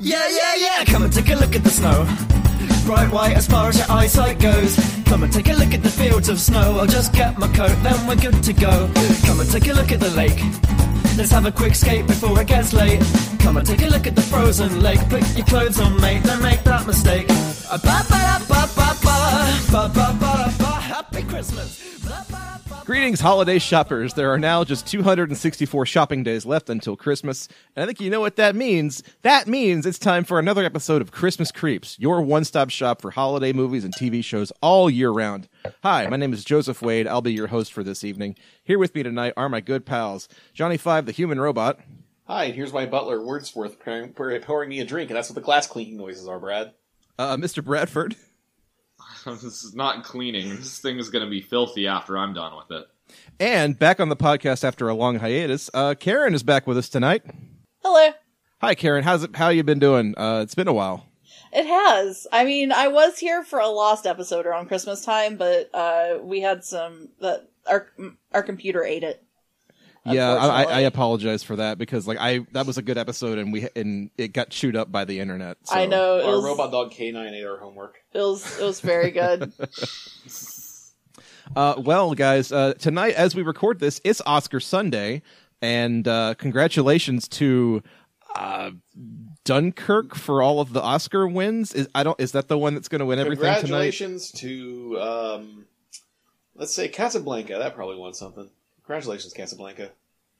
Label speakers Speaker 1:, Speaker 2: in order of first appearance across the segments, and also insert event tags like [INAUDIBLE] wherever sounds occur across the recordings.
Speaker 1: Yeah, yeah, yeah, come and take a look at the snow. Bright white as far as your eyesight goes. Come and take a look at the fields of snow. I'll just get my coat, then we're good to go. Come and take a look at the lake. Let's have a quick skate before it gets late. Come and take a look at the frozen lake. Put your clothes on, mate, don't make that mistake. Ba ba da ba ba ba ba ba ba da ba. Happy Christmas. Ba ba da ba.
Speaker 2: Greetings, holiday shoppers. There are now just 264 shopping days left until Christmas. And I think you know what that means. That means it's time for another episode of Christmas Creeps, your one stop shop for holiday movies and TV shows all year round. Hi, my name is Joseph Wade. I'll be your host for this evening. Here with me tonight are my good pals, Johnny Five, the human robot,
Speaker 3: Hi, and here's my butler, Wordsworth, pouring, pouring me a drink, and that's what the glass clinking noises are, Brad.
Speaker 2: uh, Mr. Bradford,
Speaker 4: this is not cleaning. This thing is going to be filthy after I'm done with it.
Speaker 2: and back on the podcast after a long hiatus, uh, Karen is back with us tonight.
Speaker 5: Hello.
Speaker 2: Hi, Karen. How's it? How you been doing? Uh, it's been a while.
Speaker 5: It has. I mean, I was here for a lost episode around Christmas time, but uh, we had some that our our computer ate it.
Speaker 2: Yeah, I, I I
Speaker 5: unfortunately.
Speaker 2: apologize for that because like I that was a good episode and we and it got chewed up by the internet. So.
Speaker 5: I know it
Speaker 3: Our
Speaker 5: was,
Speaker 3: robot dog K9 ate our homework.
Speaker 5: it was it was very good.
Speaker 2: Uh, well, guys, uh, tonight as we record this, it's Oscar Sunday, and uh, congratulations to uh, Dunkirk for all of the Oscar wins. Is I don't is that the one that's going to win everything tonight?
Speaker 3: Congratulations to, um, let's say Casablanca. That probably won something. Congratulations, Casablanca.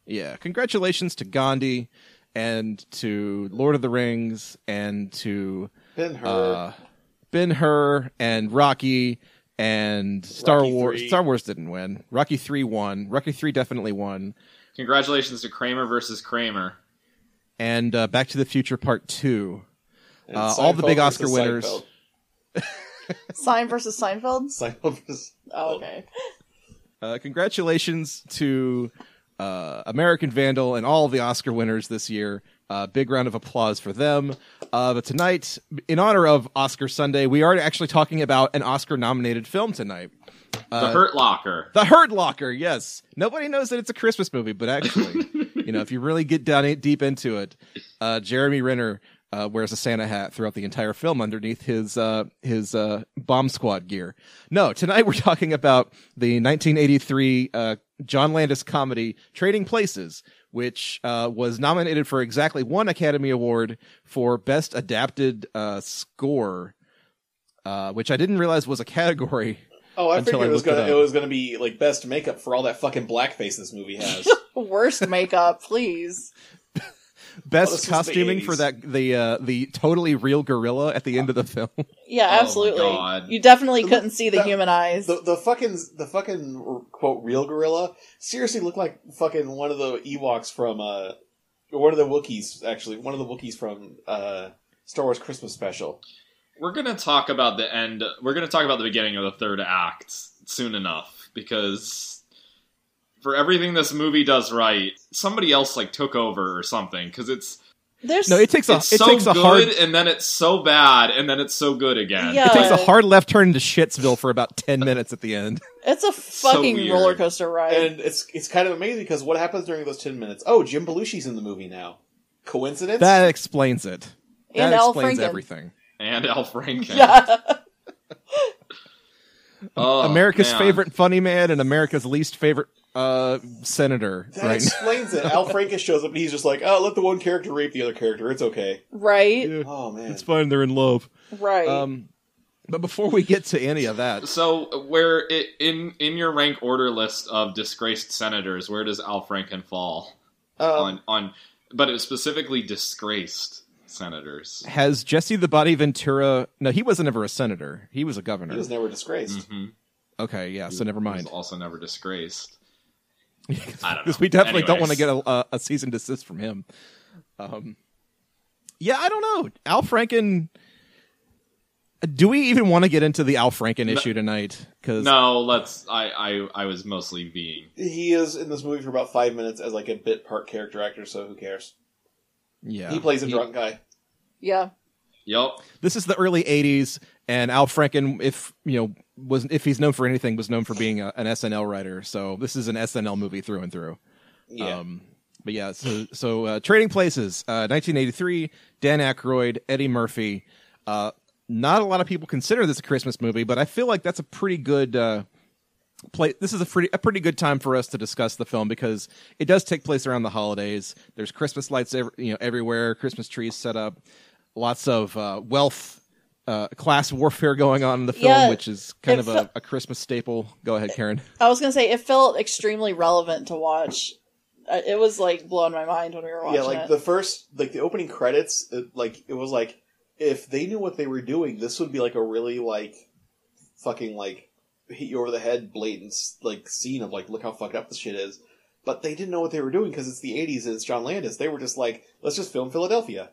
Speaker 2: Yeah, congratulations to Gandhi and to Lord of the Rings and to
Speaker 3: Ben Hur.
Speaker 2: uh, Ben Hur and Rocky and Star
Speaker 3: Rocky
Speaker 2: Wars.
Speaker 3: III.
Speaker 2: Star Wars didn't win. Rocky three won. Rocky three definitely won.
Speaker 4: Congratulations to Kramer versus Kramer.
Speaker 2: And uh, Back to the Future Part two.
Speaker 3: and
Speaker 2: uh, all the big
Speaker 3: versus
Speaker 2: Oscar winners.
Speaker 3: Seinfeld.
Speaker 5: Sign versus Seinfeld.
Speaker 3: Seinfeld versus-
Speaker 5: Oh, okay.
Speaker 2: Uh, congratulations to uh, American Vandal and all the Oscar winners this year. Uh, big round of applause for them. Uh, but tonight, in honor of Oscar Sunday, we are actually talking about an Oscar nominated film tonight.
Speaker 4: the
Speaker 2: Uh,
Speaker 4: Hurt Locker.
Speaker 2: The Hurt Locker, yes. Nobody knows that it's a Christmas movie, but actually, you know, if you really get down in- deep into it, uh, Jeremy Renner uh, wears a Santa hat throughout the entire film underneath his uh, his uh, bomb squad gear. No, tonight we're talking about the 1983 uh, John Landis comedy Trading Places, which uh, was nominated for exactly one Academy Award for Best Adapted uh, Score, uh, which I didn't realize was a category.
Speaker 3: Oh, I
Speaker 2: Until I
Speaker 3: figured it was
Speaker 2: looked it
Speaker 3: gonna
Speaker 2: up.
Speaker 3: it, was gonna be like best makeup for all that fucking blackface this movie has.
Speaker 5: Worst makeup, please.
Speaker 3: Oh, this
Speaker 2: best
Speaker 3: was the
Speaker 2: costuming for
Speaker 3: 80s.
Speaker 2: that the uh, the totally real gorilla at the end of the film.
Speaker 5: Yeah,
Speaker 4: Oh my
Speaker 5: absolutely.
Speaker 4: God.
Speaker 5: You definitely couldn't see the
Speaker 3: that-
Speaker 5: human eyes.
Speaker 3: the the fucking the fucking quote real gorilla seriously looked like fucking one of the Ewoks from uh or one of the Wookiees actually one of the Wookiees from uh Star Wars Christmas special.
Speaker 4: We're going to talk about the end. We're going to talk about the beginning of the third act soon enough because for everything this movie does right, somebody else like took over or something because it's
Speaker 2: [LAUGHS]
Speaker 5: There's
Speaker 2: No, it takes a
Speaker 4: it's
Speaker 2: it
Speaker 4: so
Speaker 2: takes a
Speaker 4: good
Speaker 2: hard
Speaker 4: and then it's so bad and then it's so good again.
Speaker 5: Yeah.
Speaker 2: it takes a
Speaker 5: Uh,
Speaker 2: hard left turn to Shitsville for about ten minutes at the end.
Speaker 5: it's a fucking
Speaker 4: weird.
Speaker 5: roller coaster ride.
Speaker 3: And it's it's kind of amazing because what happens during those 10 minutes? Oh, Jim Belushi's in the movie now. Coincidence?
Speaker 2: That explains it. That
Speaker 5: And Al
Speaker 2: explains
Speaker 5: Franken.
Speaker 2: everything.
Speaker 4: And Al Franken.
Speaker 5: yeah.
Speaker 4: Oh,
Speaker 2: America's
Speaker 4: man.
Speaker 2: favorite funny man and America's least favorite uh, senator.
Speaker 3: That
Speaker 2: right.
Speaker 3: explains it. Al Franken shows up and he's just like, "Oh, let the one character rape the other character. It's okay."
Speaker 5: [LAUGHS] Right.
Speaker 2: Yeah,
Speaker 3: Oh
Speaker 2: [LAUGHS]
Speaker 3: man.
Speaker 2: it's fine. They're in love.
Speaker 5: Right.
Speaker 2: Um, but before we get to any of that,
Speaker 4: So, where i in in your rank order list of disgraced senators, where does Al Franken fall
Speaker 3: Um,
Speaker 4: on on? But it's specifically disgraced senators.
Speaker 2: has Jesse the Body Ventura? No, he wasn't ever a senator. He was a governor.
Speaker 3: he was never disgraced.
Speaker 2: Mm-hmm.
Speaker 4: hmm
Speaker 2: okay, yeah. So never mind.
Speaker 4: also never
Speaker 2: [LAUGHS]
Speaker 4: disgraced. I don't know.
Speaker 2: because we definitely don't want to
Speaker 4: Anyways.
Speaker 2: get a, a, a cease and desist from him. Um, yeah, I don't know. Al Franken. Do we even want to get into the Al Franken issue tonight? Because
Speaker 4: No, let's. I I I was mostly being.
Speaker 3: He is in this movie for about 5 minutes as like a bit part character actor, so who cares?
Speaker 2: yeah,
Speaker 3: He plays a drunk guy.
Speaker 5: yeah.
Speaker 4: Yep.
Speaker 2: this is the early '80s, and Al Franken, if you know, was if he's known for anything, was known for being a, an SNL writer. So this is an SNL movie through and through.
Speaker 3: Yeah.
Speaker 2: Um, But yeah, so, so uh, Trading Places, uh, 1983, Dan Aykroyd, Eddie Murphy. Uh, not a lot of people consider this a Christmas movie, but I feel like that's a pretty good uh, play. This is a pretty a pretty good time for us to discuss the film because it does take place around the holidays. There's Christmas lights, ev- you know, everywhere. Christmas trees set up. Lots of uh, wealth. Uh, class warfare going on in the film,
Speaker 5: Yeah,
Speaker 2: which is kind of
Speaker 5: it
Speaker 2: a,
Speaker 5: fe-
Speaker 2: a Christmas staple. Go ahead, Karen.
Speaker 5: I was gonna say it felt extremely relevant to watch. Uh, It was like blowing my mind when we were watching
Speaker 3: yeah, like
Speaker 5: it.
Speaker 3: the first, like the opening credits, it, like it was like if they knew what they were doing, this would be like a really like fucking like hit you over the head blatant like scene of like look how fucked up this shit is. But they didn't know what they were doing because it's the '80s and it's John Landis. They were just like, let's just film Philadelphia.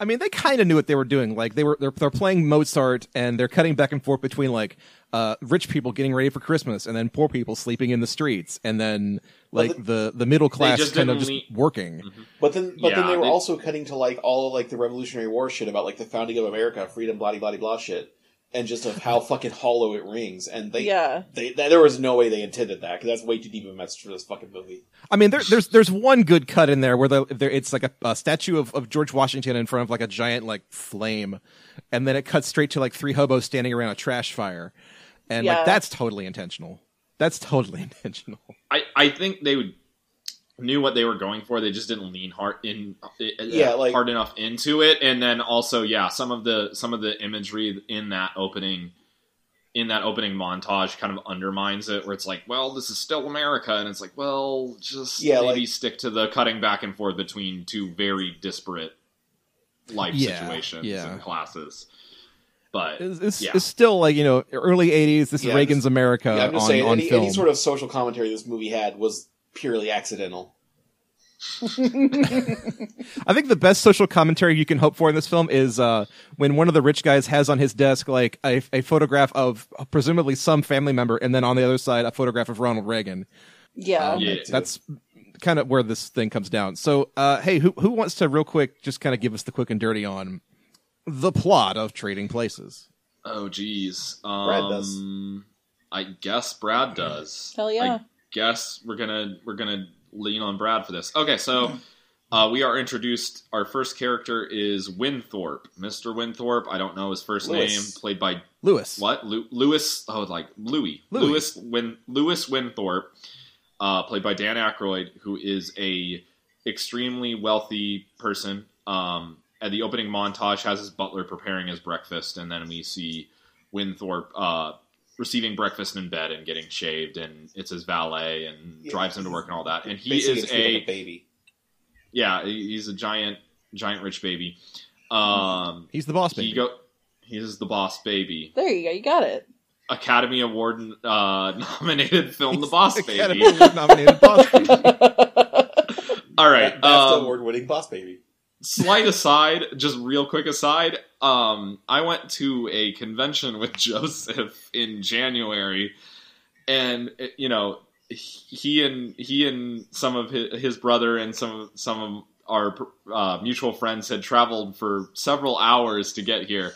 Speaker 2: I mean, they kind of knew what they were doing. Like they were they're, they're playing Mozart and they're cutting back and forth between like uh, rich people getting ready for Christmas and then poor people sleeping in the streets and then like
Speaker 3: Well,
Speaker 2: the the middle class
Speaker 4: just
Speaker 2: kind of
Speaker 4: didn't
Speaker 2: just
Speaker 4: lea-
Speaker 2: working.
Speaker 3: But then, but then
Speaker 4: Yeah,
Speaker 3: they were
Speaker 4: they-
Speaker 3: also cutting to like all of like the Revolutionary War shit about like the founding of America, freedom, blah blah blah blah shit, and just of how fucking hollow it rings. And they,
Speaker 5: yeah,
Speaker 3: they, there was no way they intended that because that's way too deep of a message for this fucking movie.
Speaker 2: I mean, there, there's there's one good cut in there where the, there it's like a, a statue of, of George Washington in front of like a giant like flame, and then it cuts straight to like three hobos standing around a trash fire, and
Speaker 5: Yeah.
Speaker 2: like that's totally intentional. That's totally [LAUGHS] intentional.
Speaker 4: I, I think they would, knew what they were going for. They just didn't lean hard in,
Speaker 3: Yeah,
Speaker 4: yeah,
Speaker 3: like-
Speaker 4: hard enough into it. And then also, yeah, some of the some of the imagery in that opening, in that opening montage, kind of undermines it. Where it's like, well, this is still America, and it's like, well, just
Speaker 3: Yeah,
Speaker 4: maybe
Speaker 3: like-
Speaker 4: stick to the cutting back and forth between two very disparate life
Speaker 2: Yeah,
Speaker 4: situations
Speaker 2: yeah.
Speaker 4: and classes. But
Speaker 2: It's, it's,
Speaker 4: Yeah.
Speaker 2: it's still like you know early '80s. This
Speaker 3: Yeah,
Speaker 2: is Reagan's
Speaker 3: this-
Speaker 2: America
Speaker 3: yeah, I'm just
Speaker 2: uh, on,
Speaker 3: saying,
Speaker 2: on
Speaker 3: any,
Speaker 2: film.
Speaker 3: any sort of social commentary this movie had was purely accidental.
Speaker 2: I think the best social commentary you can hope for in this film is uh, when one of the rich guys has on his desk like a, a photograph of presumably some family member, and then on the other side a photograph of Ronald Reagan.
Speaker 5: yeah.
Speaker 4: Yeah.
Speaker 2: That's kind of where this thing comes down. So, uh, hey, who who wants to real quick just kind of give us the quick and dirty on the plot of Trading Places?
Speaker 4: Oh geez. Um,
Speaker 3: Brad does.
Speaker 4: I guess Brad does.
Speaker 5: Hell yeah.
Speaker 4: I guess we're gonna we're gonna lean on Brad for this. Okay, so uh, we are introduced. Our first character is Winthorpe, Mister Winthorpe. I don't know his first
Speaker 3: Lewis.
Speaker 4: name. Played by
Speaker 2: Lewis.
Speaker 4: what? Lu- Lewis? Oh, like Louis.
Speaker 2: Louis.
Speaker 4: Lewis Win Lewis Winthorpe, uh, played by Dan Aykroyd, who is a extremely wealthy person. Um, at the opening montage, has his butler preparing his breakfast, and then we see Winthorpe uh, receiving breakfast in bed and getting shaved, and it's his valet and
Speaker 3: Yeah.
Speaker 4: drives him to work and all that. And he
Speaker 3: Basically,
Speaker 4: is
Speaker 3: it's treated
Speaker 4: a
Speaker 3: like baby.
Speaker 4: yeah, he- he's a giant giant rich baby. Um,
Speaker 2: He's the boss
Speaker 4: he
Speaker 2: baby.
Speaker 4: go. He's the boss baby.
Speaker 5: There you go. You got it. [LAUGHS]
Speaker 4: Academy Award uh, [LAUGHS] nominated film The Boss
Speaker 2: [LAUGHS] Academy
Speaker 4: Baby.
Speaker 2: Award nominated boss baby.
Speaker 4: All right.
Speaker 3: That- that's
Speaker 4: um,
Speaker 3: the award-winning boss baby.
Speaker 4: slight aside, just real quick aside. Um, I went to a convention with [LAUGHS] Joseph in January, and it- you know, he and he and some of his, his brother and some of- some of our uh, mutual friends had traveled for several hours to get here.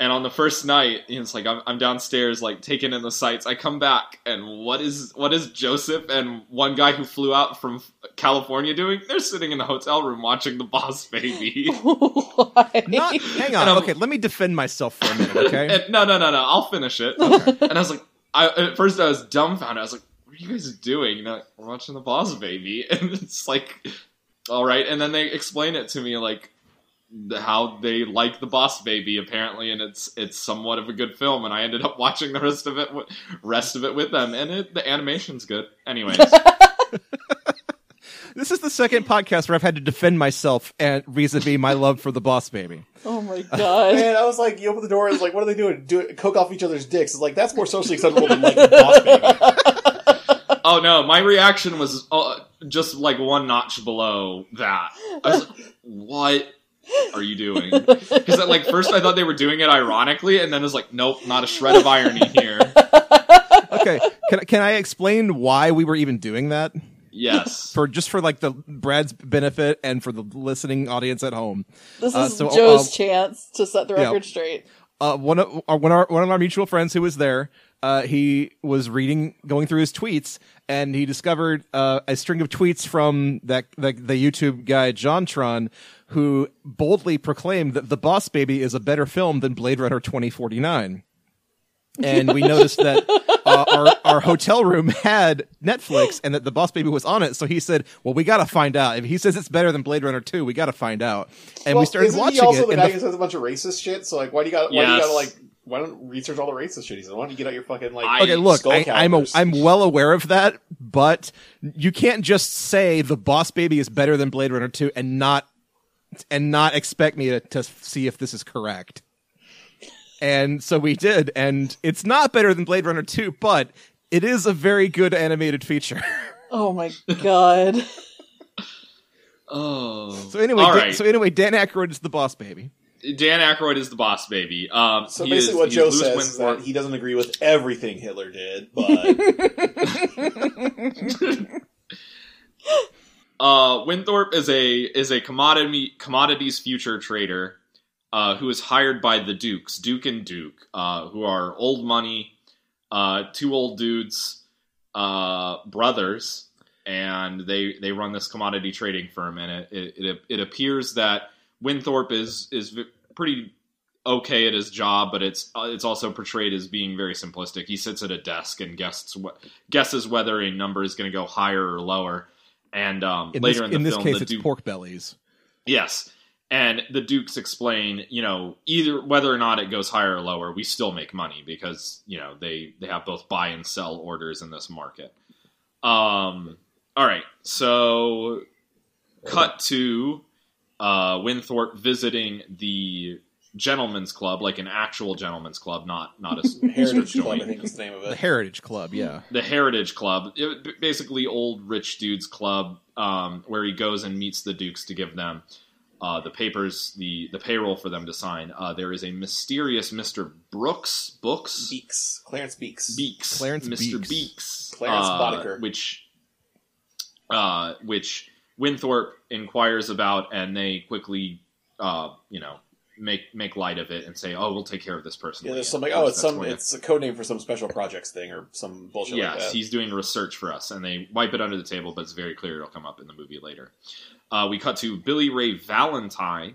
Speaker 4: And on the first night, it's like I'm, I'm downstairs, like taking in the sights. I come back, and what is what is Joseph and one guy who flew out from California doing? They're sitting in a hotel room watching The Boss
Speaker 5: [LAUGHS]
Speaker 4: Baby.
Speaker 5: Why?
Speaker 2: Not, hang on.
Speaker 4: [LAUGHS] And I'm-
Speaker 2: Okay, let me defend myself for a
Speaker 4: [LAUGHS]
Speaker 2: minute, okay?
Speaker 4: And- no, no, no, no. I'll finish it. and I was like, I, at first I was dumbfounded. I was like, "What are you guys doing?" And they're like, "We're watching The Boss Baby," [LAUGHS] and it's like, "All right." And then they explain it to me like the- how they like The Boss Baby apparently, and it's it's somewhat of a good film. And I ended up [LAUGHS] watching the rest of it, wi- rest of it with them, and it, the animation's good. Anyways,
Speaker 2: This is the second podcast where I've had to defend myself and vis-a-vis my love for the boss baby.
Speaker 5: Oh my
Speaker 3: [LAUGHS]
Speaker 5: god.
Speaker 3: Man, I was like, you open the door, it's like, what are they doing? Do it, coke off each other's dicks. It's like that's more socially acceptable than like boss baby.
Speaker 4: oh no, my reaction was uh, just like one notch below that. I was like,
Speaker 3: [LAUGHS]
Speaker 4: "What are you doing?" Because like first I thought they were doing it ironically, and then it's like, nope, not a shred of irony here. [LAUGHS]
Speaker 2: Okay, can can I explain why we were even doing that
Speaker 3: [LAUGHS]
Speaker 4: Yes,
Speaker 2: for just for like the Brad's benefit and for the listening audience at home?
Speaker 5: this
Speaker 2: uh,
Speaker 5: is
Speaker 2: so,
Speaker 5: Joe's
Speaker 2: uh,
Speaker 5: chance to set the
Speaker 2: yeah.
Speaker 5: record straight.
Speaker 2: uh, one of uh, one of our one of our mutual friends who was there, uh, he was reading, going through his tweets, and he discovered uh, a string of tweets from that, that the YouTube guy JonTron, who boldly proclaimed that The Boss Baby is a better film than Blade Runner twenty forty nine. And we noticed that uh, our our hotel room had Netflix, and that The Boss Baby was on it. So he said, "Well, we got to find out. If he says it's better than Blade Runner two, we got to find out." And we
Speaker 3: Well,
Speaker 2: started
Speaker 3: isn't
Speaker 2: watching
Speaker 3: he also
Speaker 2: it.
Speaker 3: the
Speaker 2: and
Speaker 3: guy
Speaker 2: the-
Speaker 3: who says a bunch of racist shit? So like, why do you got? Why do you
Speaker 4: Yes.
Speaker 3: gotta like? Why don't research all the racist shit? He said, why don't you get out your fucking like?
Speaker 4: I-
Speaker 2: okay, look,
Speaker 3: skull
Speaker 2: I, I'm a,
Speaker 3: calipers?
Speaker 2: I'm well aware of that, but you can't just say the Boss Baby is better than Blade Runner Two and not and not expect me to, to see if this is correct. And so we did, and it's not better than Blade Runner Two, but it is a very good animated feature. [LAUGHS]
Speaker 5: Oh my god. [LAUGHS]
Speaker 4: Oh.
Speaker 2: so anyway,
Speaker 4: all
Speaker 2: Dan-
Speaker 4: right.
Speaker 2: so anyway, Dan Aykroyd is the Boss Baby.
Speaker 4: Dan Aykroyd is the boss baby. Um,
Speaker 3: So
Speaker 4: he
Speaker 3: basically,
Speaker 4: is-
Speaker 3: what
Speaker 4: he's
Speaker 3: Joe
Speaker 4: Louis
Speaker 3: says is
Speaker 4: Winthrop.
Speaker 3: that he doesn't agree with everything Hitler did,
Speaker 2: [LAUGHS]
Speaker 3: but
Speaker 4: Uh, Winthorpe is a is a commodity commodities future trader, uh, who is hired by the Dukes, Duke and Duke, uh, who are old money, uh, two old dudes, uh, brothers, and they they run this commodity trading firm, and it it, it, it appears that Winthorpe is is v- pretty okay at his job, but it's uh, it's also portrayed as being very simplistic. He sits at a desk and guesses what guesses whether a number is going to go higher or lower. And um,
Speaker 2: In
Speaker 4: later
Speaker 2: this,
Speaker 4: in the
Speaker 2: in this
Speaker 4: film,
Speaker 2: case,
Speaker 4: the
Speaker 2: it's
Speaker 4: Duke
Speaker 2: pork bellies.
Speaker 4: Yes. And the Dukes explain, you know, either whether or not it goes higher or lower, we still make money because, you know, they, they have both buy and sell orders in this market. Um, all right. So cut to uh, Winthorpe visiting the gentleman's club, like an actual gentleman's club, not, not a
Speaker 3: Heritage
Speaker 4: strip
Speaker 3: Club, I
Speaker 4: joint
Speaker 3: think is the name of
Speaker 2: The
Speaker 3: it.
Speaker 2: Heritage Club, yeah.
Speaker 4: the Heritage Club, it- b- basically old rich dudes club, um, where he goes and meets the Dukes to give them uh, the papers, the the payroll for them to sign. Uh, there is a mysterious Mister Brooks, Books,
Speaker 3: Beaks, Clarence Beaks.
Speaker 4: Beaks,
Speaker 2: Clarence
Speaker 4: Mr.
Speaker 2: Beeks.
Speaker 4: Beeks,
Speaker 3: Clarence
Speaker 4: uh,
Speaker 3: Boddicker.
Speaker 4: which, uh, which Winthorpe inquires about, and they quickly, uh, you know, make make light of it and say, "Oh, we'll take care of this person."
Speaker 3: Yeah,
Speaker 4: later."
Speaker 3: there's some like,
Speaker 4: Of
Speaker 3: oh,
Speaker 4: course,
Speaker 3: it's
Speaker 4: that's
Speaker 3: some,
Speaker 4: where-
Speaker 3: it's a code name for some special projects thing or some bullshit
Speaker 4: yes,
Speaker 3: like that.
Speaker 4: he's doing research for us, and they wipe it under the table, but it's very clear it'll come up in the movie later. Uh, we cut to Billy Ray Valentine,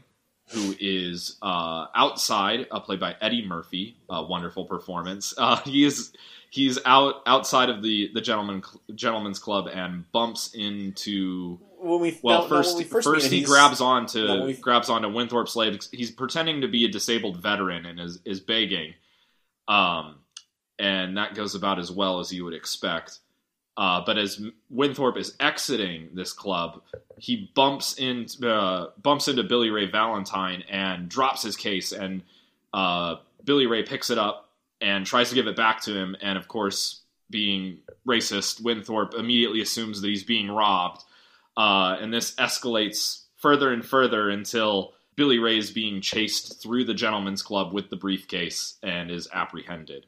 Speaker 4: who is uh, outside, uh, played by Eddie Murphy. Uh, wonderful performance. Uh, [LAUGHS] he is he's out outside of the the gentleman gentleman's club and bumps into.
Speaker 3: when we
Speaker 4: Well,
Speaker 3: no, no,
Speaker 4: first,
Speaker 3: when we
Speaker 4: first,
Speaker 3: meet him,
Speaker 4: he
Speaker 3: he's-
Speaker 4: grabs onto
Speaker 3: no, when we-
Speaker 4: grabs onto Winthorpe's leg. He's pretending to be a disabled veteran and is is begging, um, and that goes about as well as you would expect. Uh, but as Winthorpe is exiting this club, he bumps into uh, bumps into Billy Ray Valentine and drops his case, and uh, Billy Ray picks it up and tries to give it back to him, and of course, being racist, Winthorpe immediately assumes that he's being robbed uh, and this escalates further and further until Billy Ray is being chased through the gentleman's club with the briefcase and is apprehended.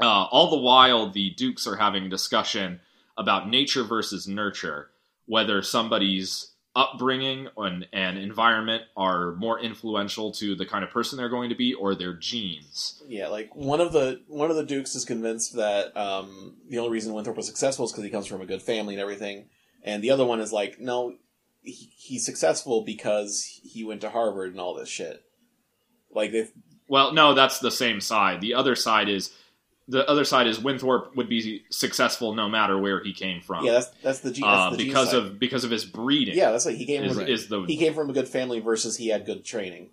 Speaker 4: Uh, all the while, the Dukes are having a discussion about nature versus nurture, whether somebody's upbringing and, and environment are more influential to the kind of person they're going to be or their genes.
Speaker 3: Yeah, like one of the one of the Dukes is convinced that um, the only reason Winthrop was successful is because he comes from a good family and everything, and the other one is like, no, he, he's successful because he went to Harvard and all this shit. Like they,
Speaker 4: Well, no, that's the same side. The other side is the other side is Winthorpe would be successful no matter where he came from.
Speaker 3: yeah, that's that's the, G, that's
Speaker 4: uh,
Speaker 3: the G
Speaker 4: because
Speaker 3: side.
Speaker 4: of because of his breeding.
Speaker 3: yeah, that's like he came
Speaker 4: is,
Speaker 3: from,
Speaker 4: is the
Speaker 3: he came from a good family versus he had good training.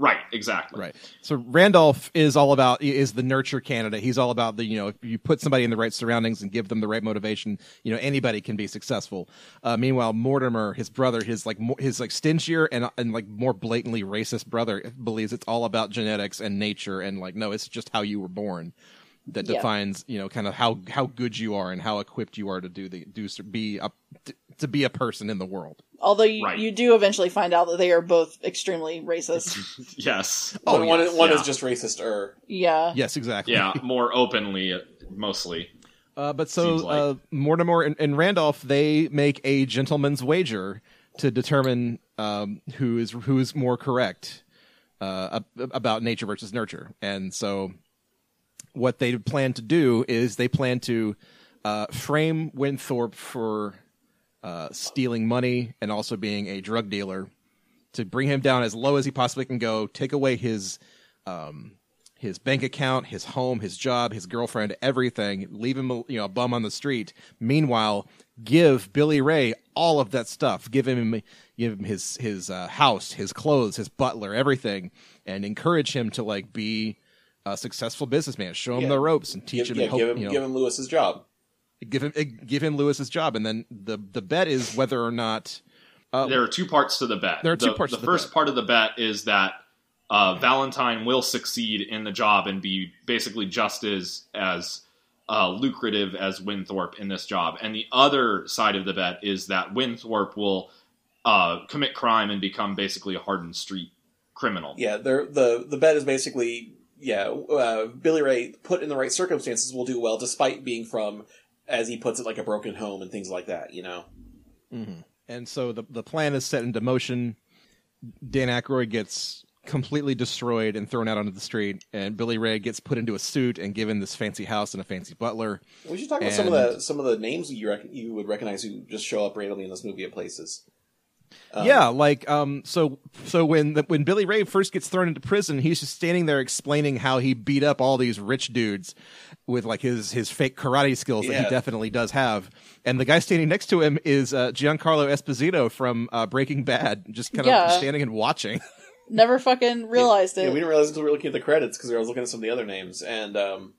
Speaker 4: right exactly
Speaker 2: Right. So Randolph is all about is the nurture candidate. He's all about the you know if you put somebody in the right surroundings and give them the right motivation, you know anybody can be successful. Uh, meanwhile, Mortimer, his brother, his like mo- his like stingier and and like more blatantly racist brother believes it's all about genetics and nature and like no, it's just how you were born that
Speaker 5: Yeah.
Speaker 2: defines you know kind of how how good you are and how equipped you are to do the do be a to be a person in the world.
Speaker 5: Although you,
Speaker 4: Right.
Speaker 5: you do eventually find out that they are both extremely racist.
Speaker 3: [LAUGHS]
Speaker 4: Yes.
Speaker 2: Oh,
Speaker 3: One- one-
Speaker 2: yes,
Speaker 3: one
Speaker 4: yeah.
Speaker 3: is just racist er.
Speaker 5: yeah.
Speaker 2: Yes, exactly.
Speaker 4: Yeah. More openly, mostly.
Speaker 2: Uh, but so
Speaker 4: Seems like.
Speaker 2: uh, Mortimer and, and Randolph they make a gentleman's wager to determine um, who is who is more correct. uh, ab- about nature versus nurture. And so, what they plan to do is they plan to uh, frame Winthorpe for uh, stealing money and also being a drug dealer to bring him down as low as he possibly can go, take away his um, his bank account, his home, his job, his girlfriend, everything, leave him you know a bum on the street. Meanwhile, give Billy Ray all of that stuff, give him give him his his uh, house, his clothes, his butler, everything, and encourage him to like be a successful businessman. Show him
Speaker 3: Yeah.
Speaker 2: the ropes and teach him.
Speaker 3: give, yeah,
Speaker 2: and hope,
Speaker 3: give him
Speaker 2: you know,
Speaker 3: give him Lewis's job.
Speaker 2: give him eh, give him Lewis's job, and then the the bet is whether or not
Speaker 3: Oh.
Speaker 2: uh,
Speaker 4: there are two parts to the bet.
Speaker 2: There are
Speaker 4: the,
Speaker 2: two parts
Speaker 4: The
Speaker 2: to the
Speaker 4: first
Speaker 2: bet.
Speaker 4: part of the bet is that uh, Valentine will succeed in the job and be basically just as as uh, lucrative as Winthorpe in this job. And the other side of the bet is that Winthorpe will uh, commit crime and become basically a hardened street criminal.
Speaker 3: Yeah, they're, the the bet is basically yeah. Uh, Billy Ray, put in the right circumstances, will do well despite being from, as he puts it, like a broken home and things like that. You know.
Speaker 2: And so the the plan is set into motion. Dan Aykroyd gets completely destroyed and thrown out onto the street, and Billy Ray gets put into a suit and given this fancy house and a fancy butler.
Speaker 3: We should talk about some of the
Speaker 2: And-
Speaker 3: some of the names you rec- you would recognize who just show up randomly in this movie at places. Um,
Speaker 2: yeah, like um, so so when the, when Billy Ray first gets thrown into prison, he's just standing there explaining how he beat up all these rich dudes with like his his fake karate skills that
Speaker 3: Yeah.
Speaker 2: he definitely does have. And the guy standing next to him is uh, Giancarlo Esposito from uh, Breaking Bad, just kind of
Speaker 5: Yeah.
Speaker 2: standing and watching.
Speaker 5: Never fucking realized
Speaker 3: Yeah,
Speaker 5: it.
Speaker 3: we didn't realize until we were looking at the credits because I was looking at some of the other names and um,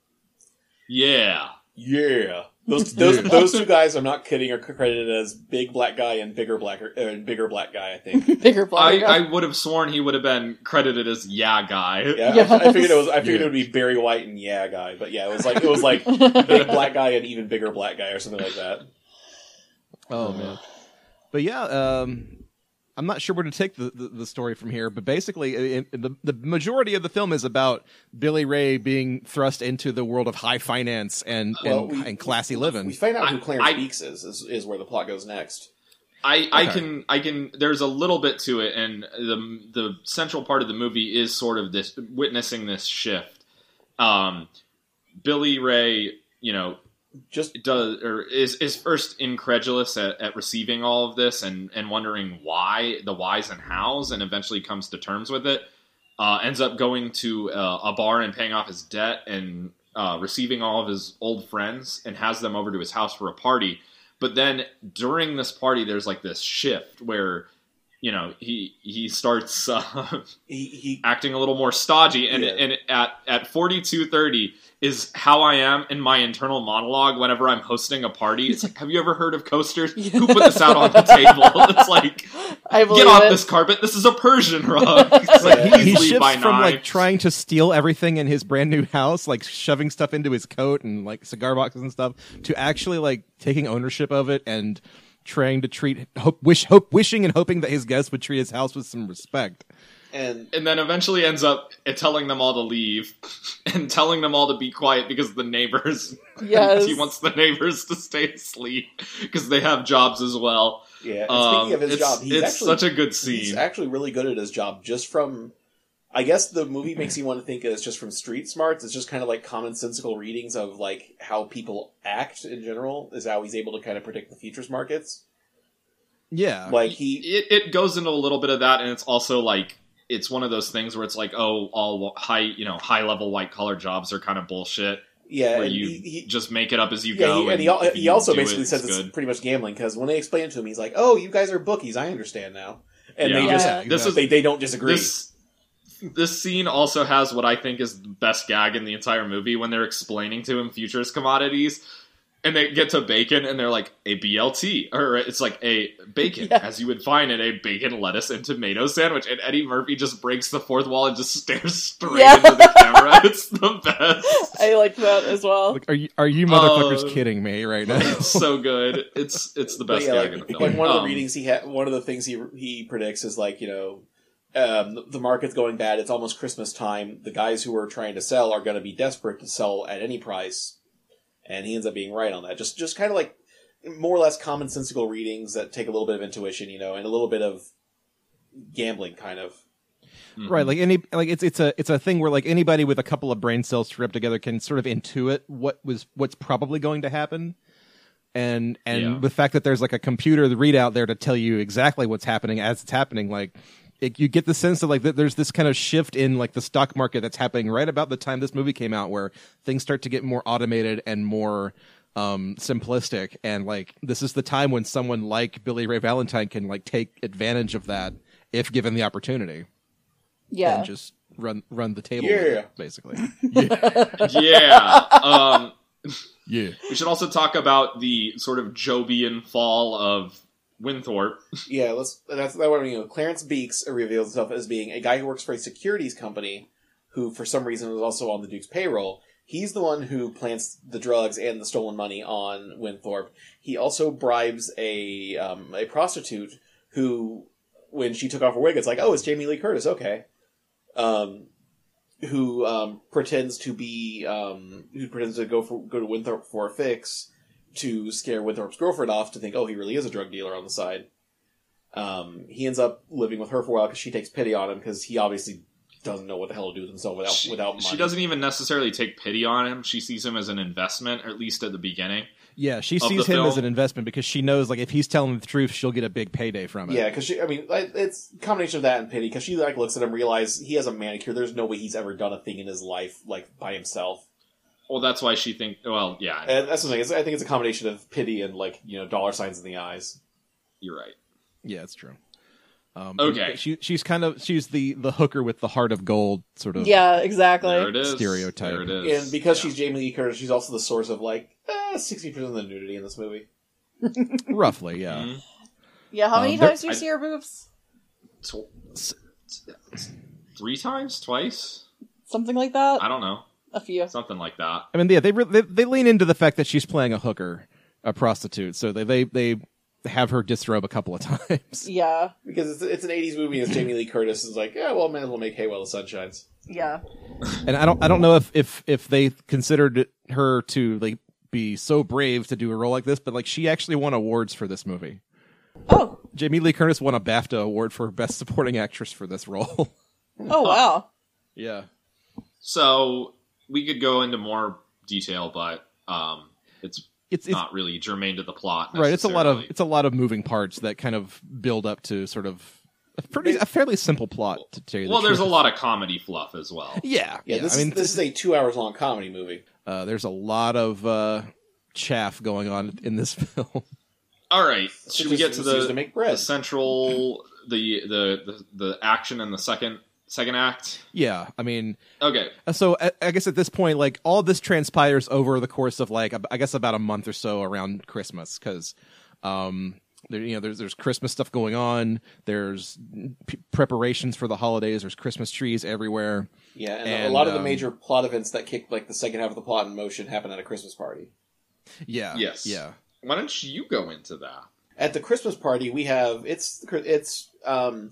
Speaker 4: Yeah.
Speaker 3: yeah, those those those two guys. I'm not kidding. Are credited as big black guy and bigger blacker uh, and bigger black guy. I think.
Speaker 5: Bigger
Speaker 4: I,
Speaker 5: blogger.
Speaker 4: I would have sworn he would have been credited as Yeah Guy.
Speaker 3: Yeah,
Speaker 4: [LAUGHS]
Speaker 3: I-
Speaker 5: Yes.
Speaker 3: I, figured it was. I figured it would be Barry White and yeah guy, but yeah, it was like it was like
Speaker 4: [LAUGHS]
Speaker 3: big black guy and even bigger black guy or something like that.
Speaker 2: Oh man. But yeah, um, I'm not sure where to take the, the, the story from here. But basically, i i- the the majority of the film is about Billy Ray being thrust into the world of high finance and
Speaker 3: Well,
Speaker 2: and,
Speaker 3: we-
Speaker 2: and classy living.
Speaker 3: We find out who
Speaker 4: I-
Speaker 3: Clarence
Speaker 4: I-
Speaker 3: Beeks is, is is where the plot goes next.
Speaker 4: I, I
Speaker 2: Okay.
Speaker 4: can I can there's a little bit to it and the the central part of the movie is sort of this witnessing this shift um Billy Ray you know
Speaker 3: Just
Speaker 4: does or is is first incredulous at, at receiving all of this and and wondering why the whys and hows and eventually comes to terms with it uh, ends up going to uh, a bar and paying off his debt and uh, receiving all of his old friends and has them over to his house for a party but then during this party there's like this shift where you know he he starts [LAUGHS] uh,
Speaker 3: he, he
Speaker 4: acting a little more stodgy and
Speaker 3: Yeah.
Speaker 4: and at at 4230 is how I am in my internal monologue whenever I'm hosting a party. It's like, have you ever heard of
Speaker 3: [LAUGHS]
Speaker 4: coasters? Who put this out on the table? [LAUGHS] It's like,
Speaker 5: I believe
Speaker 4: get off
Speaker 5: it.
Speaker 4: this [LAUGHS] carpet. This is a Persian
Speaker 3: [LAUGHS]
Speaker 4: rug. It's like,
Speaker 2: he
Speaker 4: easily
Speaker 2: shifts
Speaker 4: by
Speaker 2: from
Speaker 4: nine.
Speaker 2: like trying to steal everything in his brand new house, like shoving stuff into his coat and like cigar boxes and stuff, to actually like taking ownership of it and trying to treat hope, wish, hope, wishing and hoping that his guests would treat his house with some respect.
Speaker 3: and
Speaker 4: and then eventually ends up telling them all to leave [LAUGHS] and telling them all to be quiet because the neighbors [LAUGHS]
Speaker 5: Yes.
Speaker 4: he wants the neighbors to stay asleep because they have jobs as well.
Speaker 3: yeah. And
Speaker 4: Um,
Speaker 3: speaking of his
Speaker 4: it's
Speaker 3: job, he's
Speaker 4: it's
Speaker 3: actually
Speaker 4: such a good
Speaker 3: He's
Speaker 4: scene.
Speaker 3: actually really good at his job just from I guess the movie makes you want to think it's just from street smarts. It's just kind of like commonsensical readings of like how people act in general is how he's able to kind of predict the futures markets.
Speaker 4: Uh,
Speaker 2: Yeah,
Speaker 3: Like he
Speaker 4: it, it goes into a little bit of that and it's also like it's one of those things where it's like oh all high you know high level white collar jobs are kind of bullshit
Speaker 3: yeah,
Speaker 4: where
Speaker 3: and
Speaker 4: you
Speaker 3: he, he
Speaker 4: just make it up as you
Speaker 3: yeah,
Speaker 4: go
Speaker 3: he, and he,
Speaker 4: if
Speaker 3: al- he
Speaker 4: you
Speaker 3: also
Speaker 4: do
Speaker 3: basically
Speaker 4: it,
Speaker 3: says
Speaker 4: it's
Speaker 3: it's
Speaker 4: good
Speaker 3: pretty much gambling because when they explain it to him, he's like, "Oh, you guys are bookies. I understand now." And they
Speaker 4: Yeah.
Speaker 3: just
Speaker 2: Yeah,
Speaker 4: this is
Speaker 3: they, they don't disagree.
Speaker 4: this this scene also has what I think is the best gag in the entire movie when they're explaining to him futures commodities and they get to bacon and they're like a BLT or it's like a
Speaker 3: [LAUGHS]
Speaker 4: bacon
Speaker 5: Yeah.
Speaker 4: as you would find in a bacon lettuce and tomato sandwich and Eddie Murphy just breaks the fourth wall and just [LAUGHS] stares straight
Speaker 5: Yeah.
Speaker 4: into the camera [LAUGHS] it's the best
Speaker 5: I like that as well.
Speaker 2: Like, are you are you motherfuckers
Speaker 4: Uh,
Speaker 2: kidding me right now?
Speaker 4: it's so good it's it's the
Speaker 3: But
Speaker 4: best
Speaker 3: yeah,
Speaker 4: gag
Speaker 3: like,
Speaker 4: in the film
Speaker 3: like one of the
Speaker 4: Um,
Speaker 3: readings he had, one of the things he he predicts is like you know, um, the market's going bad. It's almost Christmas time. The guys who are trying to sell are going to be desperate to sell at any price, and he ends up being right on that. Just just kind of like more or less commonsensical readings that take a little bit of intuition, you know, and a little bit of gambling, kind of.
Speaker 4: Mhm.
Speaker 2: Right, like any like it's it's a it's a thing where like anybody with a couple of brain cells stripped together can sort of intuit what was what's probably going to happen. And and
Speaker 4: Yeah.
Speaker 2: the fact that there's like a computer readout there to tell you exactly what's happening as it's happening, like it, you get the sense of like that there's this kind of shift in like the stock market that's happening right about the time this movie came out, where things start to get more automated and more um simplistic and like this is the time when someone like Billy Ray Valentine can like take advantage of that if given the opportunity
Speaker 5: Yeah.
Speaker 2: and just run run the table.
Speaker 3: Yeah.
Speaker 2: with it,
Speaker 4: [LAUGHS]
Speaker 2: basically.
Speaker 4: [LAUGHS] yeah. Um,
Speaker 2: Yeah,
Speaker 4: we should also talk about the sort of Jovian fall of Winthorpe.
Speaker 3: Yeah, let's. That's that one. You know, Clarence Beeks reveals himself as being a guy who works for a securities company, who for some reason was also on the Duke's payroll. He's the one who plants the drugs and the stolen money on Winthorpe. He also bribes a um, a prostitute who, when she took off her wig, it's like, oh, it's Jamie Lee Curtis, okay. Um, who um, pretends to be um, who pretends to go for go to Winthorpe for a fix to scare Winthorpe's girlfriend off to think, oh, he really is a drug dealer on the side um, he ends up living with her for a while because she takes pity on him because he obviously doesn't know what the hell to do with himself without
Speaker 4: she,
Speaker 3: without money.
Speaker 4: she doesn't even necessarily take pity on him. She sees him as an investment, or at least at the beginning.
Speaker 2: yeah. She
Speaker 4: Of the
Speaker 2: sees him
Speaker 4: film.
Speaker 2: as an investment because she knows like if he's telling the truth, she'll get a big payday from it.
Speaker 3: Yeah, because she. I mean, like, it's a combination of that and pity because she like looks at him, realizes he has a manicure. There's no way he's ever done a thing in his life like by himself.
Speaker 4: Well, that's why she think. Well, yeah, I know.
Speaker 3: And that's the thing. It's, I think it's a combination of pity and like you know dollar signs in the eyes.
Speaker 4: you're right.
Speaker 2: yeah, it's true. Um,
Speaker 4: Okay.
Speaker 2: but she she's kind of she's the the hooker with the heart of gold sort of.
Speaker 5: Yeah, exactly.
Speaker 4: There it is.
Speaker 2: Stereotype.
Speaker 4: There it is.
Speaker 3: And because
Speaker 4: Yeah.
Speaker 3: she's Jamie Lee Curtis, she's also the source of like eh, sixty percent of the nudity in this movie.
Speaker 2: roughly. Yeah,
Speaker 4: Mhm.
Speaker 5: Yeah, how
Speaker 2: Um,
Speaker 5: many
Speaker 2: there-
Speaker 5: times do you
Speaker 4: I-
Speaker 5: see her boobs?
Speaker 4: Tw- three times, twice.
Speaker 5: Something like that?
Speaker 4: I don't know,
Speaker 5: A few.
Speaker 4: something like that.
Speaker 2: I mean, yeah, they, re- they they lean into the fact that she's playing a hooker, a prostitute, so they they they have her disrobe a couple of [LAUGHS] times.
Speaker 5: Yeah.
Speaker 3: Because it's, it's an '80s movie, and it's Jamie Lee Curtis is like, yeah, well, I might as well make hay while the sun shines.
Speaker 5: Yeah.
Speaker 2: And I don't I don't know if if if they considered her to like be so brave to do a role like this, but like she actually won awards for this movie.
Speaker 5: Oh.
Speaker 2: Jamie Lee Curtis won a BAFTA award for Best Supporting Actress for this role. [LAUGHS]
Speaker 5: Oh wow.
Speaker 2: yeah.
Speaker 4: So we could go into more detail, but um, it's,
Speaker 2: It's it's
Speaker 4: not really germane to the plot.
Speaker 2: right, it's a lot of
Speaker 4: necessarily.
Speaker 2: it's a lot of moving parts that kind of build up to sort of a pretty a fairly simple plot to tell you the
Speaker 4: well, there's a
Speaker 2: truth.
Speaker 4: lot of comedy fluff as well.
Speaker 2: Yeah.
Speaker 3: Yeah, this,
Speaker 2: I mean
Speaker 3: is, this is a two hours long comedy movie.
Speaker 2: uh, there's a lot of uh chaff going on in this [LAUGHS] film.
Speaker 4: All right,
Speaker 3: It's
Speaker 4: should we
Speaker 3: just-
Speaker 4: get to
Speaker 3: it's used to
Speaker 4: the,
Speaker 3: make bread?
Speaker 4: the central the, the the the action in the second second act?
Speaker 2: yeah. I mean,
Speaker 4: Okay,
Speaker 2: So I, I guess at this point, like all this transpires over the course of like ab- I guess about a month or so around Christmas, because um, there, you know there's there's Christmas stuff going on. There's p- preparations for the holidays. There's Christmas trees everywhere.
Speaker 3: Yeah, and,
Speaker 2: And,
Speaker 3: a lot of the
Speaker 2: um,
Speaker 3: major plot events that kick like the second half of the plot in motion happen at a Christmas party.
Speaker 2: Yeah.
Speaker 4: Yes.
Speaker 2: Yeah.
Speaker 4: why don't you go into that? [LAUGHS]
Speaker 3: At the Christmas party, we have it's it's um,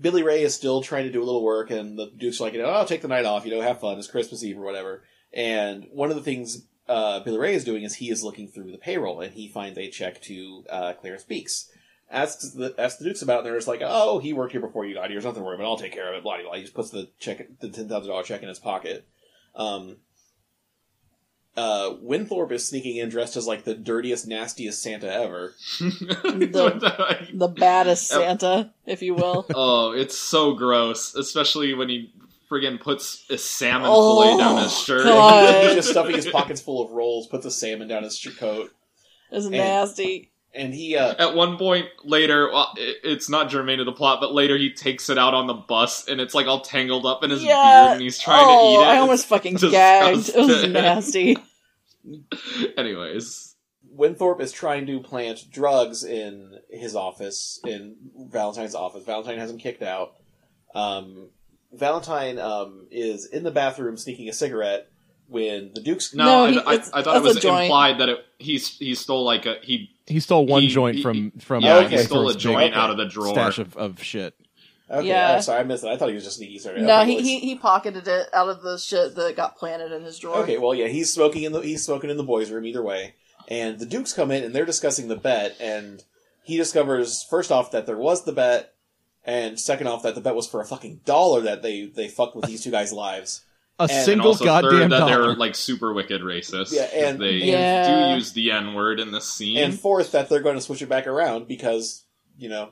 Speaker 3: Billy Ray is still trying to do a little work, and the Duke's like, you know, I'll take the night off, you know, have fun. It's Christmas Eve or whatever. And one of the things uh, Billy Ray is doing is he is looking through the payroll, and he finds a check to uh, Clarence Beeks. Asks the asks the Dukes about, it, and they're just like, "Oh, he worked here before you got here. There's nothing to worry about. I'll take care of it." Blah blah. blah. He just puts the check, the ten thousand dollar check, in his pocket. Um, uh, Winthorpe is sneaking in dressed as like the dirtiest, nastiest Santa ever.
Speaker 5: The baddest Santa, if you will.
Speaker 4: oh, it's so gross, especially when he friggin' puts a salmon
Speaker 5: Oh,
Speaker 4: fillet down his shirt. [LAUGHS]
Speaker 5: God.
Speaker 3: He's just stuffing his pockets full of rolls, puts a salmon down his coat,
Speaker 5: It's
Speaker 3: And-
Speaker 5: nasty.
Speaker 3: and he uh,
Speaker 4: At one point later, well, it, it's not germane to the plot, but later he takes it out on the bus and it's like all tangled up in his
Speaker 5: Yeah.
Speaker 4: beard and he's trying to
Speaker 5: oh,
Speaker 4: eat it.
Speaker 5: I almost fucking
Speaker 4: Disgusting.
Speaker 5: gagged. It was nasty.
Speaker 4: [LAUGHS] Anyways,
Speaker 3: Winthorpe is trying to plant drugs in his office, in Valentine's office. Valentine has him kicked out. Um, Valentine um, is in the bathroom sneaking a cigarette when the Duke's.
Speaker 4: no,
Speaker 5: No,
Speaker 4: I-
Speaker 5: he-
Speaker 4: I,
Speaker 5: it's-
Speaker 4: I thought it
Speaker 5: that's a
Speaker 4: was
Speaker 5: joint.
Speaker 4: implied that it, he he stole like a he
Speaker 2: He stole one
Speaker 4: He-
Speaker 2: joint
Speaker 4: he-
Speaker 2: from from
Speaker 4: yeah
Speaker 2: uh,
Speaker 3: okay.
Speaker 4: he stole
Speaker 2: Winthrop's
Speaker 4: a
Speaker 2: big
Speaker 4: joint
Speaker 3: Okay.
Speaker 4: out of the drawer.
Speaker 2: stash of, of shit.
Speaker 3: Okay,
Speaker 5: Yeah.
Speaker 3: I'm Oh, sorry, I missed it. I thought he was just sneaking a cigarette.
Speaker 5: No,
Speaker 3: Okay,
Speaker 5: he,
Speaker 3: well,
Speaker 5: he he pocketed it out of the shit that got planted in his drawer.
Speaker 3: Okay, well, yeah, he's smoking in the he's smoking in the boys' room either way. And the Dukes come in and they're discussing the bet, and he discovers first off that there was the bet, And second off, that the bet was for a fucking dollar that they they fucked with these two guys' lives.
Speaker 2: A
Speaker 3: And
Speaker 4: And
Speaker 2: single
Speaker 4: also
Speaker 2: goddamn
Speaker 4: third, that
Speaker 2: dollar.
Speaker 4: they're like super wicked racist.
Speaker 3: Yeah, and-
Speaker 4: they
Speaker 5: Yeah.
Speaker 4: do use the N word in this scene.
Speaker 3: And fourth, that they're going to switch it back around because you know.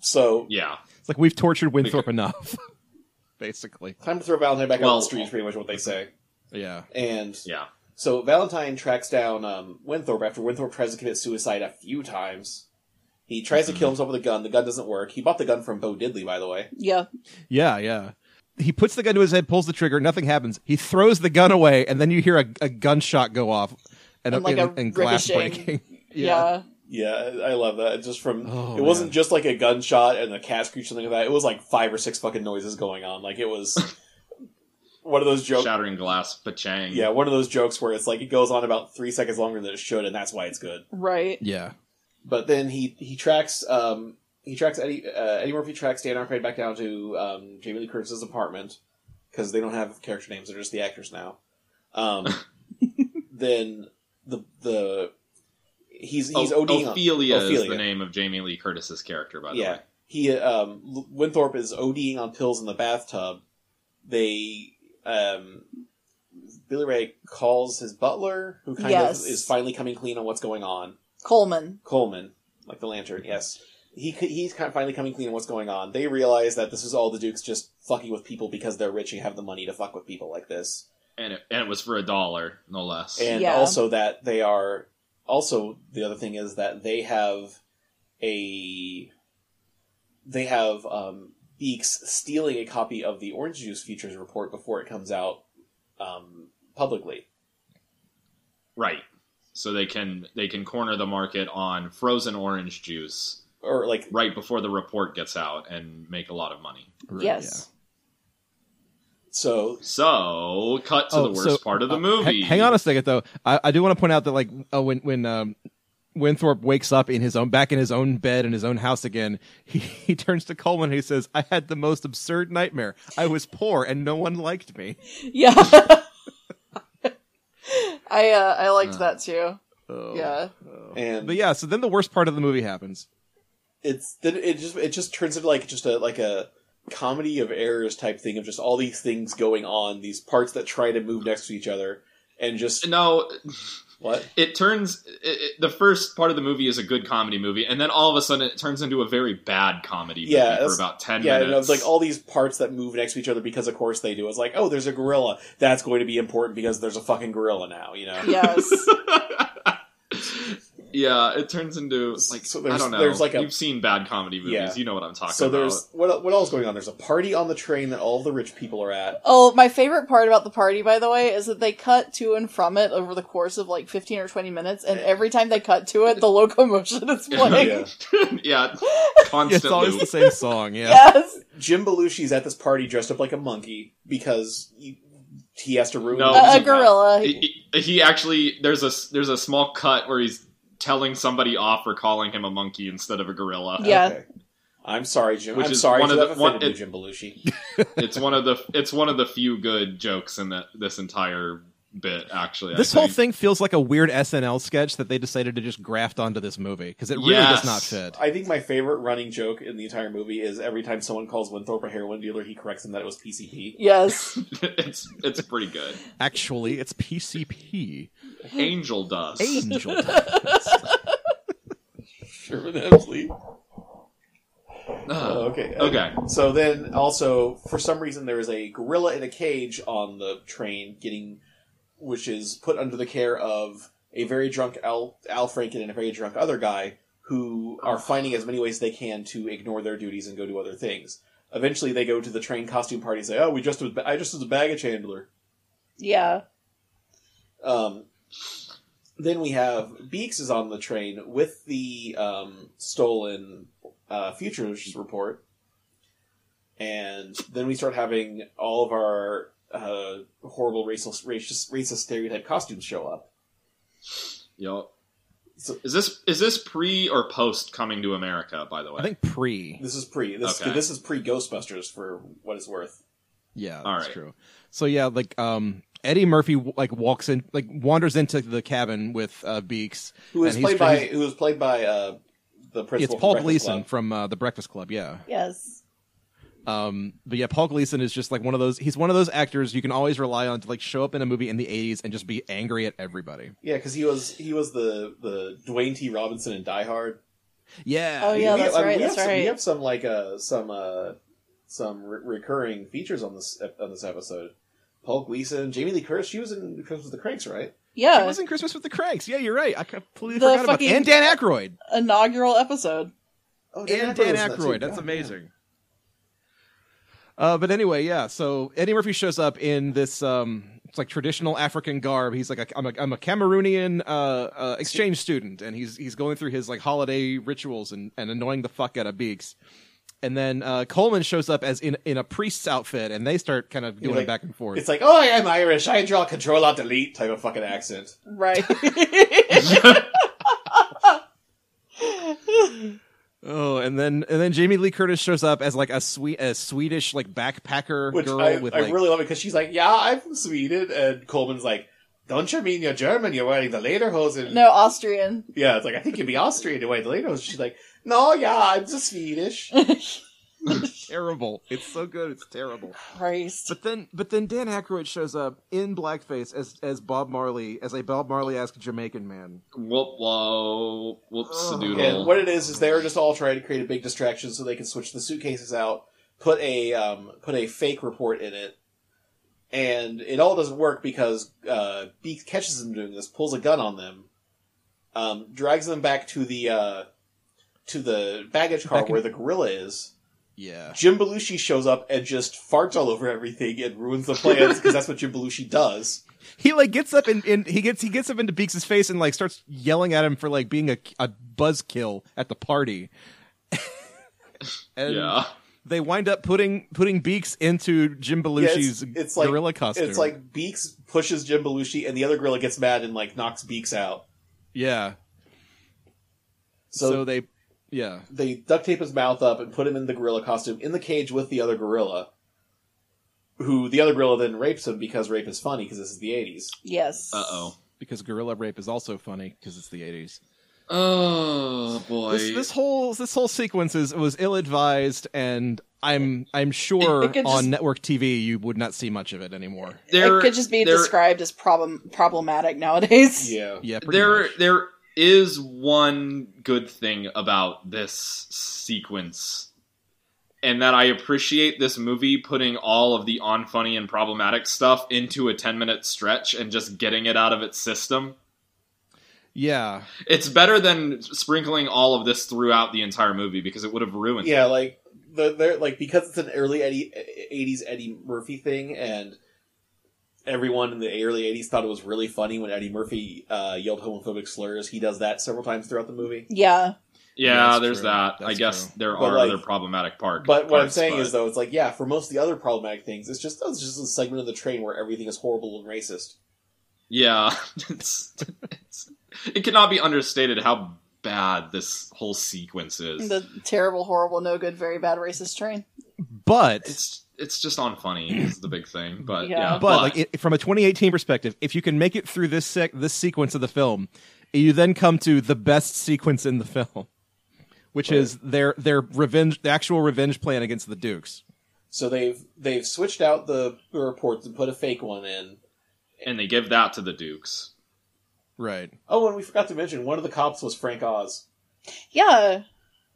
Speaker 3: So
Speaker 4: yeah,
Speaker 2: It's like we've tortured Winthrop enough, [LAUGHS] basically.
Speaker 3: time to throw Valentine back out on
Speaker 4: Well-
Speaker 3: the street is pretty much what they say.
Speaker 2: Yeah.
Speaker 3: And
Speaker 4: yeah.
Speaker 3: So Valentine tracks down um, Winthrop after Winthrop tries to commit suicide a few times. He tries to kill himself with a gun. The gun doesn't work. He bought the gun from Bo Diddley, by the way.
Speaker 5: Yeah.
Speaker 2: Yeah, yeah. He puts the gun to his head, pulls the trigger, nothing happens. He throws the gun away, and then you hear a, a gunshot go off and,
Speaker 5: And like
Speaker 2: and-
Speaker 5: a
Speaker 2: and glass
Speaker 5: ricocheting-
Speaker 2: breaking. [LAUGHS]
Speaker 5: Yeah.
Speaker 3: Yeah, I- I love that. It's Just from
Speaker 2: Oh,
Speaker 3: it wasn't
Speaker 2: man.
Speaker 3: just like a gunshot and a cat screech or something like that. It was like five or six fucking noises going on. Like it was one of those jokes.
Speaker 4: Shattering glass, pachang.
Speaker 3: Yeah, one of those jokes where it's like it goes on about three seconds longer than it should, and that's why it's good.
Speaker 5: Right.
Speaker 2: Yeah.
Speaker 3: But then he he tracks um he tracks Eddie uh, Eddie Murphy tracks Dan Aykroyd back down to um, Jamie Lee Curtis's apartment because they don't have character names; they're just the actors now.
Speaker 4: [LAUGHS]
Speaker 3: Um, then the the he's he's
Speaker 4: O-
Speaker 3: ODing on-
Speaker 4: Ophelia, is
Speaker 3: Ophelia.
Speaker 4: the name of Jamie Lee Curtis's character, oh, by the
Speaker 3: yeah
Speaker 4: way.
Speaker 3: he um L- Winthorpe is ODing on pills in the bathtub. They um. Billy Ray calls his butler, who kind
Speaker 5: Yes.
Speaker 3: of is finally coming clean on what's going on.
Speaker 5: Coleman.
Speaker 3: Coleman, like the lantern. Yes, he c- he's kind of finally coming clean on what's going on. They realize that this is all the Duke's just fucking with people because they're rich and have the money to fuck with people like this,
Speaker 4: And it, and it was for a dollar, no less.
Speaker 3: and
Speaker 5: Yeah.
Speaker 3: also that they are. Also, the other thing is that they have a they have um, Beeks stealing a copy of the orange juice futures report before it comes out um, publicly.
Speaker 4: right. So they can they can corner the market on frozen orange juice
Speaker 3: Or like
Speaker 4: right before the report gets out and make a lot of money.
Speaker 2: Right,
Speaker 5: Yes.
Speaker 3: so,
Speaker 4: So cut to
Speaker 2: Oh,
Speaker 4: the worst
Speaker 2: so,
Speaker 4: part of the
Speaker 2: uh,
Speaker 4: movie.
Speaker 2: ha- hang on a second, though. I, I do want to point out that, like, uh, when when um, Winthrop wakes up in his own back in his own bed in his own house again, [LAUGHS] he, he turns to Coleman and he says, "I had the most absurd nightmare. I was poor and no one liked me."
Speaker 5: Yeah. [LAUGHS] I uh, I liked
Speaker 4: Uh.
Speaker 5: that too.
Speaker 2: Oh.
Speaker 5: Yeah.
Speaker 2: Oh.
Speaker 3: and
Speaker 2: But yeah, so then the worst part of the movie happens.
Speaker 3: it's then it just it just turns into like just a like a comedy of errors type thing of just all these things going on these parts that try to move next to each other and just
Speaker 4: No,
Speaker 3: what
Speaker 4: it turns it, it, the first part of the movie is a good comedy movie, and then all of a sudden it turns into a very bad comedy movie
Speaker 3: Yeah,
Speaker 4: for
Speaker 3: that's-
Speaker 4: about ten
Speaker 3: yeah
Speaker 4: minutes.
Speaker 3: and it's like all these parts that move next to each other because of course they do it's like oh there's a gorilla that's going to be important because there's a fucking gorilla now you know
Speaker 5: Yes.
Speaker 4: yeah, it turns into like
Speaker 3: So there's-
Speaker 4: I don't know.
Speaker 3: there's like a-
Speaker 4: You've seen bad comedy movies,
Speaker 3: Yeah.
Speaker 4: you know what I'm talking
Speaker 3: so
Speaker 4: about.
Speaker 3: there's what what else going on there's a party on the train that all the rich people are at
Speaker 5: Oh, my favorite part about the party, by the way, is that they cut to and from it over the course of like 15 or 20 minutes, and every time they cut to it, the
Speaker 4: [LAUGHS]
Speaker 5: locomotion is playing.
Speaker 3: [LAUGHS] Yeah.
Speaker 4: yeah,
Speaker 2: Yeah, it's
Speaker 4: constant
Speaker 2: always
Speaker 4: loop.
Speaker 2: the same song. Yeah.
Speaker 5: Yes.
Speaker 3: jim belushi's at this party dressed up like a monkey because he, he has to ruin
Speaker 4: No,
Speaker 3: the
Speaker 4: he's
Speaker 5: a, a
Speaker 3: music now.
Speaker 5: gorilla.
Speaker 4: He, he- he actually there's a s- there's a small cut where he's telling somebody off for calling him a monkey instead of a gorilla.
Speaker 5: Yeah.
Speaker 3: Okay. I'm sorry, Jim.
Speaker 4: Which
Speaker 3: I'm
Speaker 4: is
Speaker 3: sorry
Speaker 4: one
Speaker 3: to
Speaker 4: of
Speaker 3: have
Speaker 4: the- one-
Speaker 3: offended you,
Speaker 4: it-
Speaker 3: Jim Belushi.
Speaker 4: it's one of the it's one of the few good jokes in that this entire bit. Actually, I
Speaker 2: This whole
Speaker 4: think.
Speaker 2: thing feels like a weird SNL sketch that they decided to just graft onto this movie because it really
Speaker 4: Yes.
Speaker 2: does not fit.
Speaker 3: I think my favorite running joke in the entire movie is every time someone calls Winthrop a heroin dealer, he corrects them that it was PCP.
Speaker 4: [LAUGHS]
Speaker 5: yes.
Speaker 4: it's it's pretty good.
Speaker 2: Actually, it's PCP.
Speaker 4: Angel
Speaker 2: [LAUGHS]
Speaker 4: dust.
Speaker 2: Angel.
Speaker 3: Sure, absolutely.
Speaker 4: Ugh.
Speaker 3: Oh, okay.
Speaker 4: Okay.
Speaker 3: So then, also for some reason, there is a gorilla in a cage on the train, getting which is put under the care of a very drunk Al, Al Franken and a very drunk other guy who are finding as many ways they can to ignore their duties and go do other things. Eventually, they go to the train costume party and say, "Oh, we just was, I just was a baggage handler."
Speaker 5: Yeah.
Speaker 3: Um, then we have Beeks is on the train with the um, stolen uh, futures report, and then we start having all of our uh, horrible racial, racist, racist stereotype costumes show up.
Speaker 4: Yup.
Speaker 3: So-
Speaker 4: Is this is this pre or post coming to America? By the way,
Speaker 2: I think pre.
Speaker 3: This is pre this
Speaker 4: Okay.
Speaker 3: this is pre Ghostbusters for what it's worth.
Speaker 2: Yeah, that's
Speaker 4: All right.
Speaker 2: true. So yeah, like um, Eddie Murphy like walks in, like wanders into the cabin with uh, Beaks.
Speaker 3: Who is
Speaker 2: And he's-
Speaker 3: played by
Speaker 2: he's-
Speaker 3: who is played by uh, the principal.
Speaker 2: It's
Speaker 3: from
Speaker 2: Paul
Speaker 3: Breakfast
Speaker 2: Gleason
Speaker 3: Club.
Speaker 2: from uh, the Breakfast Club. Yeah.
Speaker 5: Yes.
Speaker 2: Um, but yeah, Paul Gleason is just like one of those. He's one of those actors you can always rely on to like show up in a movie in the '80s and just be angry at everybody.
Speaker 3: Yeah, because he was he was the the Dwayne T. Robinson in Die Hard.
Speaker 2: Yeah.
Speaker 5: Oh, yeah.
Speaker 3: we,
Speaker 5: that's
Speaker 3: I mean,
Speaker 5: right,
Speaker 3: We
Speaker 5: that's
Speaker 3: have some, we
Speaker 5: right.
Speaker 3: have some like uh some uh some re- recurring features on this ep- on this episode. Paul Gleason, Jamie Lee Curtis. She was in Christmas with the Cranks, right?
Speaker 2: It
Speaker 5: Yeah.
Speaker 2: wasn't Christmas with the Cranks. Yeah, you're right. I completely
Speaker 5: The
Speaker 2: forgot
Speaker 5: fucking-
Speaker 2: about and Dan Aykroyd
Speaker 5: Inaugural episode.
Speaker 3: Oh,
Speaker 2: and
Speaker 3: was in
Speaker 2: Dan
Speaker 3: that too.
Speaker 2: Aykroyd. That's
Speaker 3: God,
Speaker 2: amazing. Uh, but anyway, yeah. So Eddie Murphy shows up in this um, it's like traditional African garb. He's like a, I'm a I'm a Cameroonian uh, uh, exchange student, and he's he's going through his like holiday rituals and, and annoying the fuck out of Beaks. And then uh, Coleman shows up as in in a priest's outfit, and they start kind of doing
Speaker 3: like-
Speaker 2: it back and
Speaker 3: yeah.
Speaker 2: forth.
Speaker 3: It's like, oh, I'm Irish. I draw Control Alt Delete type of fucking accent.
Speaker 4: [LAUGHS]
Speaker 5: Right. [LAUGHS]
Speaker 2: Oh, and then and then Jamie Lee Curtis shows up as like a sweet a Swedish like backpacker
Speaker 3: Which
Speaker 2: girl
Speaker 3: I,
Speaker 2: with
Speaker 3: I
Speaker 2: like
Speaker 3: really love it because she's like, yeah, I'm from Sweden, and Coleman's like, don't you mean you're German? You're wearing the lederhosen.
Speaker 5: no, Austrian.
Speaker 3: Yeah, it's like I think you'd be Austrian to wear the lederhosen. She's like, no, yeah, I'm just Swedish.
Speaker 2: terrible. It's so good, it's terrible.
Speaker 5: Christ.
Speaker 2: But then but then Dan Aykroyd shows up in blackface as as Bob Marley as a Bob Marley esque Jamaican man.
Speaker 4: Whoop, whoa, whoops,
Speaker 2: Oh,
Speaker 4: a doodle.
Speaker 3: And what it is is they're just all trying to create a big distraction so they can switch the suitcases out, put a um, put a fake report in it, and it all doesn't work because uh, Beak catches them doing this, pulls a gun on them, um, drags them back to the uh, to the baggage car
Speaker 2: Back in-
Speaker 3: where the gorilla is.
Speaker 2: Yeah.
Speaker 3: Jim Belushi shows up and just farts all over everything and ruins the plans because that's what Jim Belushi does.
Speaker 2: He like gets up and, and he gets he gets up into Beaks' face and like starts yelling at him for like being a, a buzzkill at the party. [LAUGHS] and
Speaker 4: yeah.
Speaker 2: they wind up putting putting Beaks into Jim Belushi's
Speaker 3: it's like-
Speaker 2: gorilla costume.
Speaker 3: It's like Beaks pushes Jim Belushi and the other gorilla gets mad and like knocks Beaks out.
Speaker 2: Yeah.
Speaker 3: So,
Speaker 2: so they yeah.
Speaker 3: they duct tape his mouth up and put him in the gorilla costume in the cage with the other gorilla. Who the other gorilla then rapes him because rape is funny because this is the eighties.
Speaker 5: Yes.
Speaker 4: Uh oh.
Speaker 2: because gorilla rape is also funny because it's the 80s.
Speaker 4: Oh boy.
Speaker 2: This, this whole this whole sequence is was ill advised, and I'm I'm sure
Speaker 5: It- it could
Speaker 2: on
Speaker 5: just-
Speaker 2: network TV you would not see much of it anymore.
Speaker 4: There-
Speaker 5: it could just be
Speaker 4: there-
Speaker 5: described as problem problematic nowadays.
Speaker 3: Yeah.
Speaker 2: Yeah, pretty
Speaker 4: there
Speaker 2: much.
Speaker 4: there is one good thing about this sequence and that I appreciate this movie putting all of the unfunny and problematic stuff into a 10 minute stretch and just getting it out of its system.
Speaker 2: Yeah,
Speaker 4: It's better than sprinkling all of this throughout the entire movie because it would have ruined
Speaker 3: Yeah, like the they're like because it's an early Eddie eighties Eddie Murphy thing and everyone in the early eighties thought it was really funny when Eddie Murphy uh, yelled homophobic slurs. He does that several times throughout the movie.
Speaker 5: [LAUGHS] Yeah.
Speaker 4: it. Yeah,
Speaker 2: Yeah, that's
Speaker 4: there's
Speaker 2: true.
Speaker 4: that. I
Speaker 2: That's
Speaker 4: guess
Speaker 2: true.
Speaker 4: there
Speaker 3: But,
Speaker 4: are
Speaker 3: like-
Speaker 4: other problematic part- parts.
Speaker 3: But what I'm saying
Speaker 4: but-
Speaker 3: is though, it's like, yeah, for most of the other problematic things, it's just oh, it's just a segment of the train where everything is horrible and racist.
Speaker 4: Yeah, [LAUGHS] it's, it's, it cannot be understated how bad this whole sequence is.
Speaker 5: The terrible, horrible, no good, very bad racist train.
Speaker 2: but
Speaker 4: it's it's just unfunny is the big thing, but
Speaker 5: Yeah.
Speaker 4: yeah,
Speaker 2: but, like it, from a 2018 perspective, if you can make it through this sec- this sequence of the film, you then come to the best sequence in the [LAUGHS] film, which is their their revenge, the actual revenge plan against the Dukes.
Speaker 3: So they've they've switched out the reports and put a fake one in.
Speaker 4: and they give that to the Dukes.
Speaker 2: Right.
Speaker 3: Oh, and we forgot to mention one of the cops was Frank Oz.
Speaker 5: Yeah.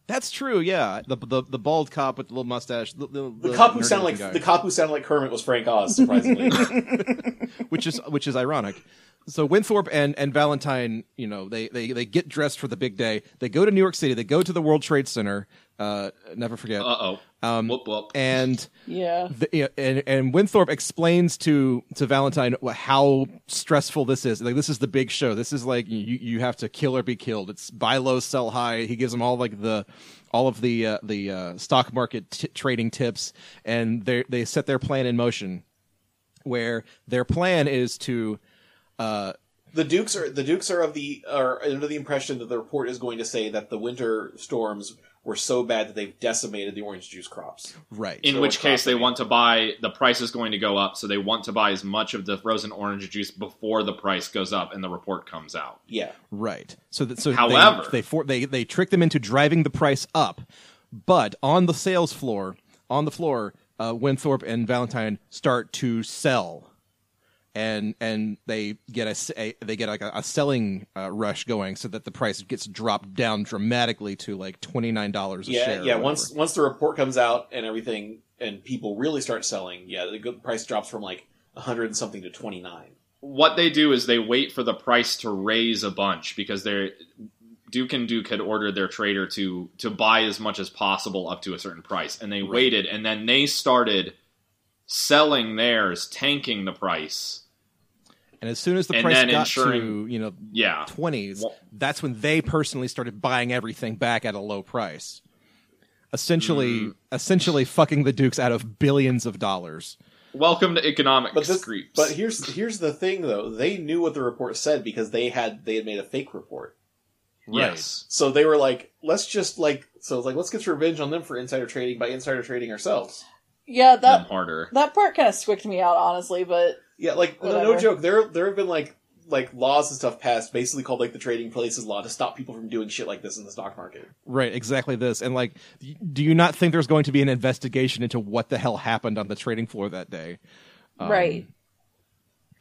Speaker 2: That's true. Yeah, the the, the bald cop with the little mustache, the, the,
Speaker 3: The, cop who
Speaker 2: nerdy
Speaker 3: sounded like
Speaker 2: looking guy.
Speaker 3: the cop who sounded like Kermit was Frank Oz. Surprisingly,
Speaker 2: [LAUGHS] which is which is ironic. So Winthrop and and Valentine, you know, they they they get dressed for the big day. They go to New York City. They go to the World Trade Center. Uh, never forget.
Speaker 4: Uh oh.
Speaker 2: Um,
Speaker 4: whoop whoop.
Speaker 2: and
Speaker 5: Yeah.
Speaker 2: the, yeah, and and Winthrop explains to to Valentine wh- how stressful this is. Like this is the big show. This is like you you have to kill or be killed. It's buy low, sell high. He gives them all like the all of the uh, the uh, stock market t- trading tips, and they they set their plan in motion, where their plan is to. Uh,
Speaker 3: the Dukes are the Dukes are of the are under the impression that the report is going to say that the winter storms were so bad that they've decimated the orange juice crops.
Speaker 2: Right.
Speaker 4: In
Speaker 3: So
Speaker 4: which
Speaker 3: we're
Speaker 4: case, they
Speaker 3: profiting.
Speaker 4: want to buy the price is going to go up, so they want to buy as much of the frozen orange juice before the price goes up and the report comes out.
Speaker 3: Yeah.
Speaker 2: Right. So that so
Speaker 4: However-
Speaker 2: they they, for, they they trick them into driving the price up, but on the sales floor, on the floor, uh, Winthorpe and Valentine start to sell, and and they get a, s- a- they get like a, a selling uh, rush going, so that the price gets dropped down dramatically to like twenty nine dollars a
Speaker 3: yeah,
Speaker 2: share. or
Speaker 3: yeah.
Speaker 2: whatever.
Speaker 3: Once once the report comes out and everything, and people really start selling, yeah, the good price drops from like hundred and something to twenty nine.
Speaker 4: What they do is they wait for the price to raise a bunch because they're. Duke and Duke had ordered their trader to to buy as much as possible up to a certain price, and they waited, and then they started selling theirs, tanking the price.
Speaker 2: and as soon as the
Speaker 4: and
Speaker 2: price
Speaker 4: then
Speaker 2: got to
Speaker 4: ensuring-
Speaker 2: you know
Speaker 4: Yeah,
Speaker 2: twenties,
Speaker 4: Well-
Speaker 2: that's when they personally started buying everything back at a low price. Essentially, essentially fucking the Dukes out of billions of dollars.
Speaker 4: welcome to economic
Speaker 3: But this,
Speaker 4: creeps.
Speaker 3: but here's here's the thing though. They knew what the report said because they had they had made a fake report.
Speaker 4: yes,
Speaker 3: So they were like, let's just like so it's like let's get revenge on them for insider trading by insider trading ourselves.
Speaker 5: Yeah,
Speaker 4: them
Speaker 5: that
Speaker 4: harder.
Speaker 5: that part kind of squicked me out, honestly. But
Speaker 3: Yeah, like no, no
Speaker 5: Whatever.
Speaker 3: joke. There there have been like like laws and stuff passed, basically called like the trading places law to stop people from doing shit like this in the stock market.
Speaker 2: Right, exactly this. And like, y- do you not think there's going to be an investigation into what the hell happened on the trading floor that day? Um,
Speaker 5: right,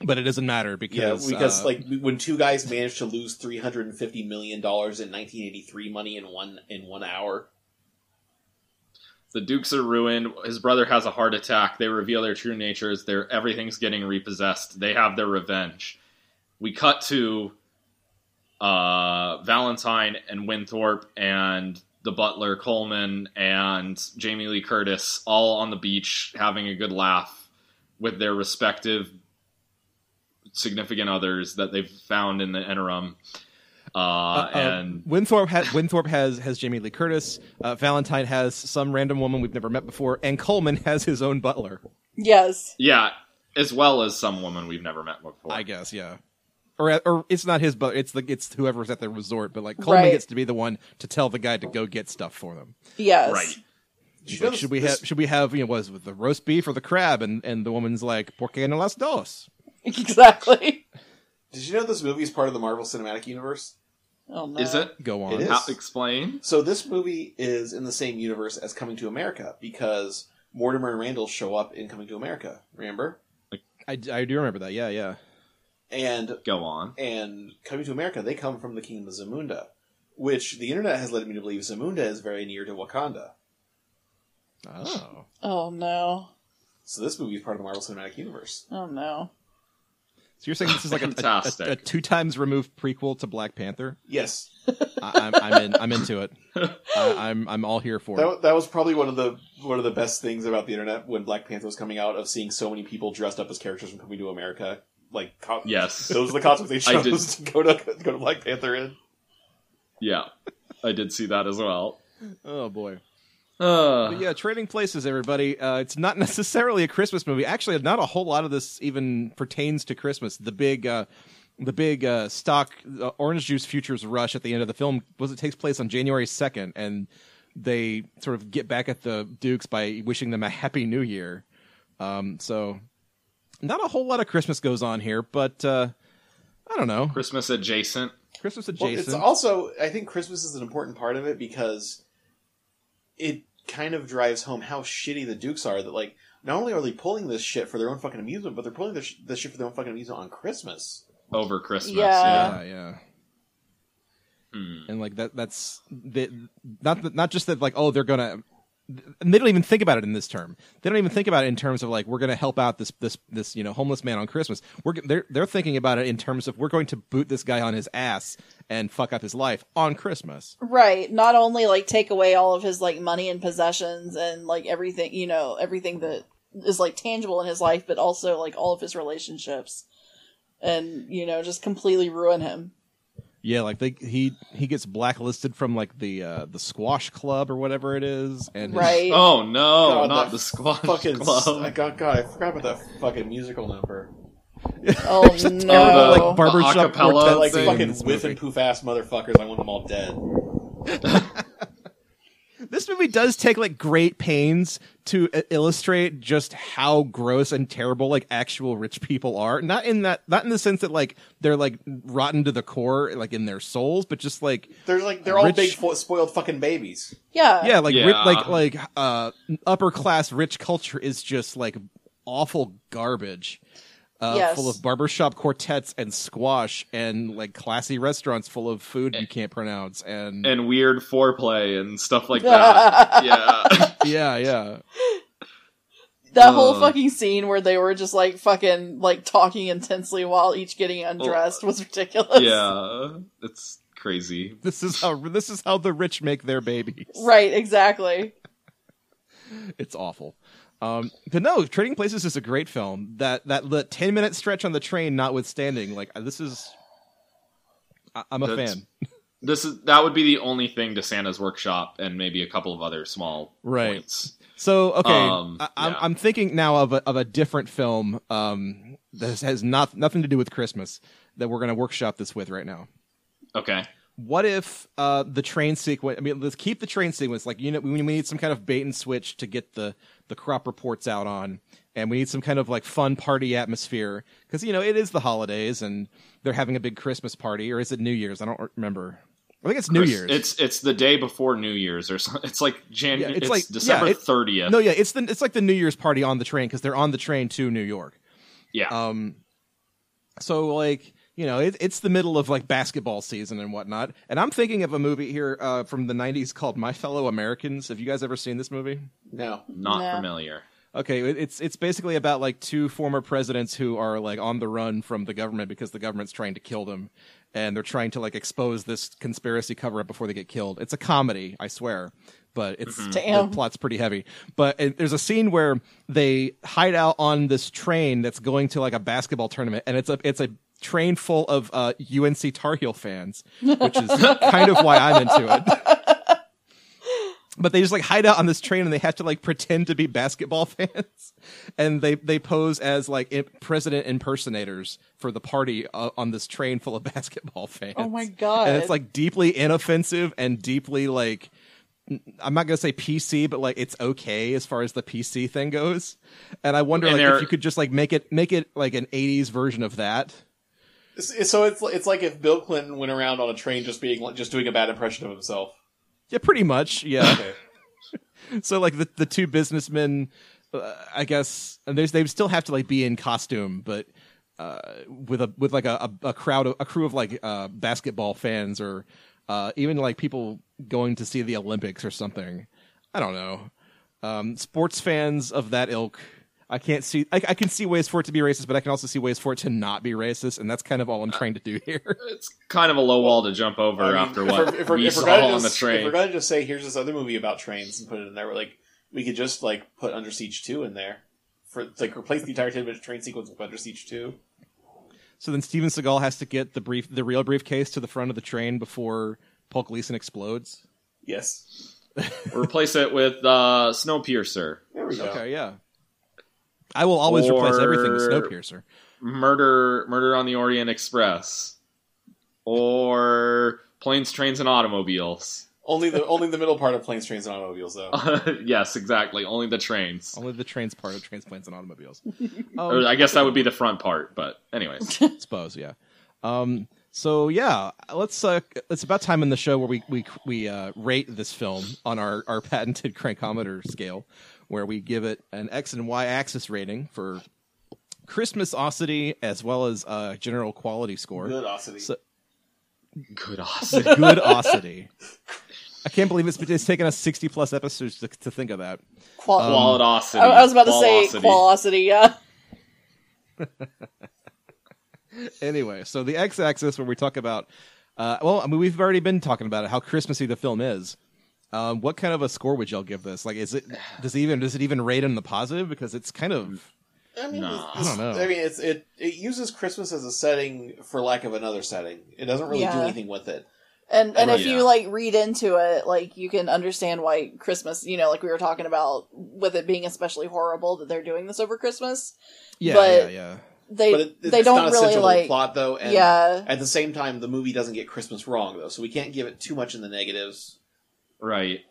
Speaker 2: But it doesn't matter because
Speaker 3: yeah, because
Speaker 2: uh,
Speaker 3: like when two guys managed to lose three hundred and fifty million dollars in nineteen eighty three money in one in one hour.
Speaker 4: The Dukes are ruined. His brother has a heart attack. They reveal their true natures. Their everything's getting repossessed. They have their revenge. We cut to uh, Valentine and Winthorpe and the butler Coleman and Jamie Lee Curtis all on the beach having a good laugh with their respective significant others that they've found in the interim. Uh,
Speaker 2: uh,
Speaker 4: and
Speaker 2: Winthorpe has Winthorpe has has Jamie Lee Curtis, uh, Valentine has some random woman we've never met before, and Coleman has his own butler.
Speaker 5: yes,
Speaker 4: yeah, as well as some woman we've never met before.
Speaker 2: I guess, yeah. Or, or it's not his, but it's the it's whoever's at the resort. But like Coleman
Speaker 5: Right.
Speaker 2: gets to be the one to tell the guy to go get stuff for them.
Speaker 5: yes,
Speaker 4: Right.
Speaker 3: Did
Speaker 2: He's
Speaker 3: you
Speaker 2: like,
Speaker 3: know
Speaker 2: should we
Speaker 3: this-
Speaker 2: have should we have you know was with the roast beef or the crab? And and the woman's like, "Por qué no las dos?"
Speaker 5: [LAUGHS] exactly.
Speaker 3: Did you know this movie is part of the Marvel Cinematic Universe?
Speaker 5: Oh, no.
Speaker 4: Is it?
Speaker 2: Go on.
Speaker 3: It is.
Speaker 4: How, explain.
Speaker 3: So this movie is in the same universe as Coming to America because Mortimer and Randall show up in Coming to America. Remember?
Speaker 2: I, I do remember that. Yeah, yeah.
Speaker 3: And
Speaker 4: Go on.
Speaker 3: and Coming to America, they come from the kingdom of Zamunda, which the internet has led me to believe Zamunda is very near to Wakanda.
Speaker 2: Oh,
Speaker 5: Oh no!
Speaker 3: So this movie is part of the Marvel Cinematic Universe.
Speaker 5: Oh no!
Speaker 2: so you're saying this is like a, a,
Speaker 4: Fantastic.
Speaker 2: a- a two times removed prequel to Black Panther?
Speaker 3: Yes,
Speaker 2: I, I'm I'm in, I'm into
Speaker 3: [LAUGHS]
Speaker 2: it. I, I'm I'm all here for it.
Speaker 3: that, that was probably one of the one of the best things about the internet when Black Panther was coming out of seeing so many people dressed up as characters from Coming to America. Like co-
Speaker 4: Yes.
Speaker 3: those are the costumes they
Speaker 4: I did-
Speaker 3: chose to go to go to Black Panther in.
Speaker 4: Yeah, I did see that as well.
Speaker 2: Oh boy.
Speaker 4: Uh,
Speaker 2: But yeah, Trading Places, everybody. Uh, it's not [LAUGHS] necessarily a Christmas movie. Actually, not a whole lot of this even pertains to Christmas. The big, uh, the big uh, stock uh, orange juice futures rush at the end of the film was it takes place on January second, and they sort of get back at the Dukes by wishing them a happy New Year. Um, so, not a whole lot of Christmas goes on here, but uh, I don't know.
Speaker 4: Christmas adjacent.
Speaker 2: Christmas
Speaker 3: Well, it's
Speaker 2: adjacent.
Speaker 3: also I think Christmas is an important part of it because it kind of drives home how shitty the Dukes are. That like not only are they pulling this shit for their own fucking amusement, but they're pulling this, this shit for their own fucking amusement on Christmas.
Speaker 4: Over Christmas, yeah.
Speaker 5: Yeah.
Speaker 2: yeah, yeah.
Speaker 4: Hmm.
Speaker 2: and like that that's they, not that- not just that like oh they're gonna and they don't even think about it in this term they don't even think about it in terms of like we're gonna help out this this this you know homeless man on christmas we're g- they're they're thinking about it in terms of we're going to boot this guy on his ass and fuck up his life on christmas
Speaker 5: Right. Not only like take away all of his like money and possessions and like everything, you know, everything that is like tangible in his life, but also like all of his relationships, and you know, just completely ruin him.
Speaker 2: yeah like they he he gets blacklisted from like the uh the squash club or whatever it is and his-
Speaker 5: Right.
Speaker 4: [LAUGHS] Oh no,
Speaker 3: God,
Speaker 4: not
Speaker 3: that
Speaker 4: the squash
Speaker 3: Fucking
Speaker 4: club.
Speaker 3: I got God, I forgot about that fucking musical number.
Speaker 4: [LAUGHS]
Speaker 5: Oh
Speaker 2: terrible,
Speaker 5: no!
Speaker 2: like barbershop
Speaker 4: acapella
Speaker 2: quartet
Speaker 3: like
Speaker 2: thing in
Speaker 3: fucking
Speaker 2: this
Speaker 3: whiff
Speaker 2: movie.
Speaker 3: and poof ass motherfuckers. I want them all dead.
Speaker 2: this movie does take like great pains to uh, illustrate just how gross and terrible like actual rich people are. Not in that, not in the sense that like they're like rotten to the core, like in their souls, but just like
Speaker 3: They're like they're all
Speaker 2: Rich-
Speaker 3: big fo- spoiled fucking babies.
Speaker 5: Yeah.
Speaker 2: yeah, like ri-
Speaker 4: Yeah.
Speaker 2: like like uh, upper class rich culture is just like awful garbage. Uh,
Speaker 5: Yes.
Speaker 2: Full of barbershop quartets and squash, and like classy restaurants full of food you can't pronounce, and
Speaker 4: and weird foreplay and stuff like
Speaker 5: [LAUGHS]
Speaker 2: [LAUGHS]
Speaker 4: that. yeah.
Speaker 2: yeah, yeah.
Speaker 5: That
Speaker 4: Uh.
Speaker 5: whole fucking scene where they were just like fucking like talking intensely while each getting undressed was ridiculous.
Speaker 4: Yeah. It's crazy.
Speaker 2: This is how this is how the rich make their babies.
Speaker 5: [LAUGHS] Right, exactly.
Speaker 2: [LAUGHS] It's awful. Um, but no, Trading Places is a great film. That that the ten minute stretch on the train, notwithstanding, like this is, I, I'm a
Speaker 4: That's-
Speaker 2: fan.
Speaker 4: This is that would be the only thing to Santa's workshop and maybe a couple of other small
Speaker 2: Right.
Speaker 4: points.
Speaker 2: So okay,
Speaker 4: Um,
Speaker 2: I, I'm,
Speaker 4: yeah.
Speaker 2: I'm thinking now of a, of a different film um, that has not nothing to do with Christmas that we're going to workshop this with right now.
Speaker 4: Okay.
Speaker 2: What if uh, the train sequence? I mean, let's keep the train sequence. Like you know, we, we need some kind of bait and switch to get the the crop reports out on, and we need some kind of like fun party atmosphere because you know it is the holidays and they're having a big Christmas party, or is it New Year's? I don't remember. I think it's New
Speaker 4: Chris-
Speaker 2: Year's.
Speaker 4: It's it's the day before New Year's or something. It's like January.
Speaker 2: Yeah, it's
Speaker 4: it's,
Speaker 2: like-
Speaker 4: December
Speaker 2: yeah, it-
Speaker 4: thirtieth.
Speaker 2: no, yeah, it's the it's like the New Year's party on the train because they're on the train to New York.
Speaker 4: yeah.
Speaker 2: Um, so like you know, it, it's the middle of like basketball season and whatnot, and I'm thinking of a movie here uh, from the '90s called My Fellow Americans. Have you guys ever seen this movie?
Speaker 3: No,
Speaker 4: not
Speaker 5: Nah.
Speaker 4: familiar.
Speaker 2: Okay, it- it's it's basically about like two former presidents who are like on the run from the government because the government's trying to kill them, and they're trying to like expose this conspiracy cover up before they get killed. It's a comedy, I swear, but it's
Speaker 5: Damn.
Speaker 2: the plot's pretty heavy. But it, there's a scene where they hide out on this train that's going to like a basketball tournament, and it's a it's a train full of uh, UNC Tar Heel fans, which is kind of why I'm into it but they just like hide out on this train and they have to like pretend to be basketball [LAUGHS] fans and they they pose as like imp- president impersonators for the party uh, on this train full of [LAUGHS] basketball fans
Speaker 5: Oh my god.
Speaker 2: and it's like deeply inoffensive and deeply like n- I'm not gonna say PC, but like it's okay as far as the PC thing goes. And I wonder
Speaker 4: And
Speaker 2: like if
Speaker 4: they're-
Speaker 2: you could just like make it make it like an '80s version of that.
Speaker 3: It's- so it's it's like if Bill Clinton went around on a train just being like, just doing a bad impression of himself.
Speaker 2: Yeah, pretty much. Yeah.
Speaker 3: Okay.
Speaker 2: so like the the two businessmen, uh, I guess, and there's they still have to like be in costume, but uh, with a with like a, a, a crowd of, a crew of like uh, basketball fans or uh, even like people going to see the Olympics or something. I don't know. Um, sports fans of that ilk. I can't see. I, I can see ways for it to be racist, but I can also see ways for it to not be racist, and that's kind of all I'm trying to do here. [LAUGHS]
Speaker 4: It's kind of a low wall to jump over
Speaker 3: I mean,
Speaker 4: after
Speaker 3: if
Speaker 4: what
Speaker 3: we're- if we're-
Speaker 4: we
Speaker 3: if we're
Speaker 4: saw
Speaker 3: gonna
Speaker 4: on the
Speaker 3: just- If we're
Speaker 4: train.
Speaker 3: gonna just say here's this other movie about trains and put it in there, we're like we could just like put Under Siege Two in there for like replace the entire ten minute train sequence with Under Siege Two.
Speaker 2: So then Steven Seagal has to get the brief, the real briefcase to the front of the train before Paul Gleason explodes.
Speaker 3: Yes,
Speaker 4: Replace it with uh, Snowpiercer.
Speaker 3: there we go.
Speaker 2: Okay, yeah. I will always replace everything with
Speaker 4: Or-
Speaker 2: Snowpiercer.
Speaker 4: Murder, Murder on the Orient Express, or Planes, Trains, and Automobiles. [LAUGHS]
Speaker 3: Only the only the middle part of Planes, Trains, and Automobiles though.
Speaker 2: [LAUGHS]
Speaker 4: yes, exactly. Only the trains.
Speaker 2: Only the trains part of transplants and
Speaker 4: [LAUGHS]
Speaker 2: automobiles.
Speaker 4: Or
Speaker 2: Um,
Speaker 4: I guess that would be the front part, but
Speaker 5: [LAUGHS]
Speaker 4: anyways,
Speaker 2: I suppose, yeah. Um, so yeah, let's. Uh, it's about time in the show where we we we uh, rate this film on our our patented crankometer scale, where we give it an X and Y axis rating for Christmasosity as well as uh, general quality score.
Speaker 3: Good Osity.
Speaker 2: So- [LAUGHS]
Speaker 4: good awesome. [LAUGHS]
Speaker 2: Good osity. I can't believe it's, it's taken us sixty plus episodes to, to think of that.
Speaker 5: Qual-
Speaker 2: Um,
Speaker 3: Um,
Speaker 4: Qualidosity.
Speaker 5: I, I was about to say
Speaker 4: Qualosity.
Speaker 5: qualosity, yeah.
Speaker 2: anyway, so the x-axis where we talk about, uh, well, I mean, we've already been talking about it, how Christmassy the film is. Um, what kind of a score would y'all give this? Like, is it does it even does it even rate in the positive? Because it's kind of
Speaker 3: I mean,
Speaker 4: Nah.
Speaker 3: it's-
Speaker 2: I don't know.
Speaker 3: I mean, it's, it it uses Christmas as a setting for lack of another setting. It doesn't really do
Speaker 5: Yeah.
Speaker 3: anything with it.
Speaker 5: And and
Speaker 4: Right,
Speaker 5: if
Speaker 4: yeah.
Speaker 5: you like read into it, like you can understand why Christmas, you know, like we were talking about with it being especially horrible that they're doing this over Christmas.
Speaker 2: yeah,
Speaker 5: But-
Speaker 2: yeah, yeah.
Speaker 5: They
Speaker 3: But it,
Speaker 5: they
Speaker 3: it's
Speaker 5: don't
Speaker 3: not essential
Speaker 5: really
Speaker 3: to the
Speaker 5: like
Speaker 3: plot though. And
Speaker 5: yeah.
Speaker 3: At the same time, the movie doesn't get Christmas wrong though, so we can't give it too much in the negatives.
Speaker 4: Right.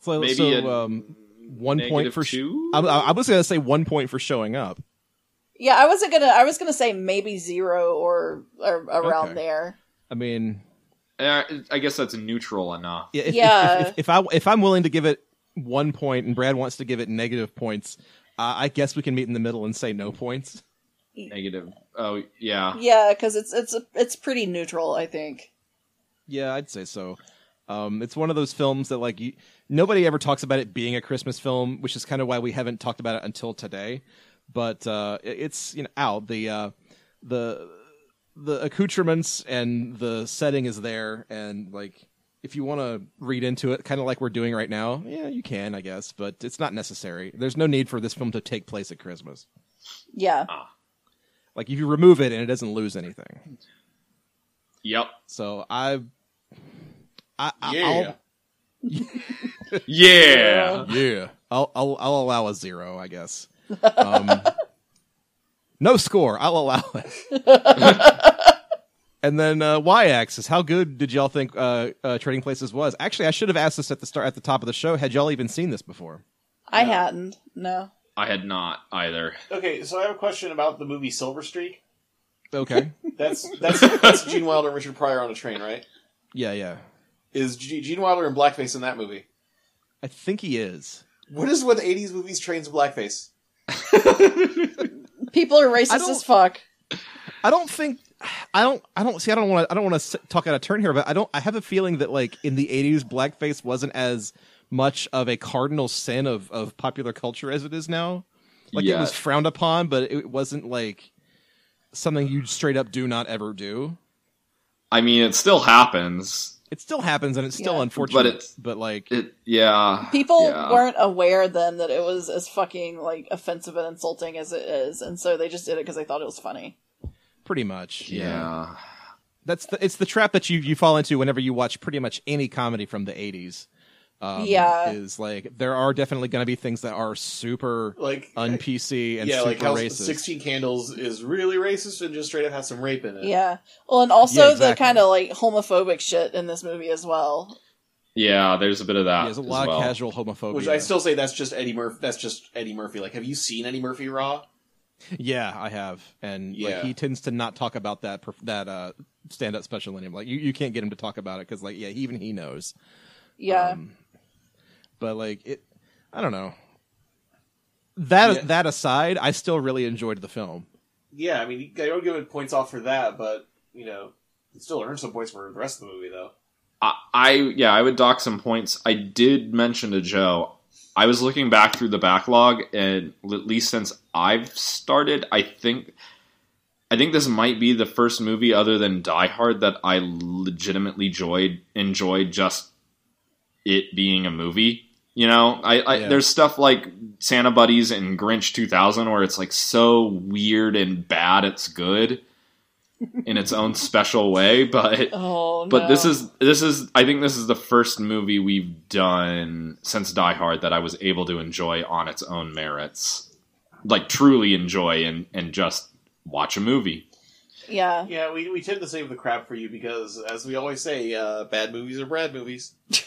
Speaker 2: So,
Speaker 4: Maybe
Speaker 2: so
Speaker 4: a
Speaker 2: um, one point
Speaker 4: negative
Speaker 2: for sh-
Speaker 4: two.
Speaker 2: I, I was gonna say one point for showing up.
Speaker 5: Yeah, I wasn't gonna. I was gonna say maybe zero or, or around
Speaker 2: Okay.
Speaker 5: there.
Speaker 2: I mean,
Speaker 4: Uh, I guess that's neutral enough.
Speaker 2: if, if-
Speaker 5: Yeah.
Speaker 2: If, if, if I if I'm willing to give it one point and Brad wants to give it negative points, uh, I guess we can meet in the middle and say no points.
Speaker 4: Negative. Oh
Speaker 3: Ah.
Speaker 2: [LAUGHS]
Speaker 4: yeah.
Speaker 5: Yeah, because it's it's it's pretty neutral. I think.
Speaker 2: Yeah, I'd say so. Um, it's one of those films that like you, nobody ever talks about it being a Christmas film, which is kind of why we haven't talked about it until today. But uh, it- it's you know out the uh, the the accoutrements and the setting is there, and like if you want to read into it, kind of like we're doing right now, yeah, you can, I guess, but it's not necessary. There's no need for this film to take place at Christmas.
Speaker 5: Yeah,
Speaker 2: Like if you remove it and it doesn't lose anything,
Speaker 4: Yep.
Speaker 2: so I, I, I
Speaker 3: Yeah.
Speaker 4: Yeah.
Speaker 2: Yeah, I'll I'll, I'll allow a zero, I guess. Um, [LAUGHS] no score, I'll allow it. [LAUGHS] and then uh, y-axis, how good did y'all think uh, uh, Trading Places was? Actually, I should have asked this at the start, at the top of the show. Had y'all even seen this before?
Speaker 5: I
Speaker 3: No.
Speaker 5: hadn't. No.
Speaker 4: I had not either.
Speaker 3: Okay, so I have a question about the movie Silver Streak.
Speaker 2: Okay.
Speaker 3: That's that's, that's Gene Wilder and Richard Pryor on a train, right?
Speaker 2: [LAUGHS] yeah, yeah.
Speaker 3: Is G- Gene Wilder in blackface in that movie?
Speaker 2: I think he is.
Speaker 3: What is with '80s movies trains blackface?
Speaker 5: People are
Speaker 2: I
Speaker 5: racist
Speaker 2: don't-
Speaker 5: as fuck.
Speaker 2: I don't think I don't I don't see I don't want to I don't want to talk out of turn here, but I don't I have a feeling that like in the 80s blackface wasn't as much of a cardinal sin of of popular culture as it is now. Like it was
Speaker 4: Yeah.
Speaker 2: frowned upon, but it wasn't like something you straight up do not ever do.
Speaker 4: I mean, it still happens.
Speaker 2: It still happens and it's still
Speaker 5: Yeah.
Speaker 2: unfortunate, but,
Speaker 4: it's-
Speaker 2: like
Speaker 4: It. Yeah.
Speaker 5: People
Speaker 4: yeah.
Speaker 5: weren't aware then that it was as fucking like offensive and insulting as it is, and so they just did it because they thought it was funny.
Speaker 2: pretty much.
Speaker 4: Yeah.
Speaker 2: That's the it's the trap that you you fall into whenever you watch pretty much any comedy from the 80s. Um,
Speaker 5: Yeah.
Speaker 2: is like there are definitely going to be things that are super
Speaker 3: Like,
Speaker 2: un PC and
Speaker 3: yeah,
Speaker 2: super
Speaker 3: like how
Speaker 2: racist.
Speaker 3: Sixteen Candles is really racist and just straight up has some rape in it.
Speaker 5: Yeah. Well, and also
Speaker 2: Yeah, exactly.
Speaker 5: the kind of like homophobic shit in this movie as well.
Speaker 4: Yeah. There's a bit of that.
Speaker 2: Yeah, there's a lot
Speaker 4: as well.
Speaker 2: of casual homophobia.
Speaker 3: Which I still say that's just Eddie Murphy. That's just Eddie Murphy. Like, have you seen Eddie Murphy Raw?
Speaker 2: yeah, I have, and like
Speaker 3: Yeah.
Speaker 2: he tends to not talk about that perf- that uh, stand up special anymore. Like you, you can't get him to talk about it because like yeah, even he knows.
Speaker 5: Yeah.
Speaker 2: Um, but like it, I don't know. That
Speaker 3: Yeah.
Speaker 2: that aside, I still really enjoyed the film.
Speaker 3: Yeah, I mean, I don't give it points off for that, but you know, it still earned some points for the rest of the movie, though.
Speaker 4: I, I yeah, I would dock some points. I did mention to Joe. I was looking back through the backlog, and l- at least since I've started, I think, I think this might be the first movie other than Die Hard that I legitimately enjoyed. Enjoyed just it being a movie. You know, I, I
Speaker 2: Yeah.
Speaker 4: there's stuff like Santa Buddies and Grinch 2000 where it's like so weird and bad, it's good in its own special way, but
Speaker 5: Oh,
Speaker 4: but
Speaker 5: no.
Speaker 4: this is this is I think this is the first movie we've done since Die Hard that I was able to enjoy on its own merits, like truly enjoy and and just watch a movie.
Speaker 5: yeah.
Speaker 3: Yeah, we, we tend to save the crap for you because, as we always say, uh, bad movies are bad movies.
Speaker 5: [LAUGHS]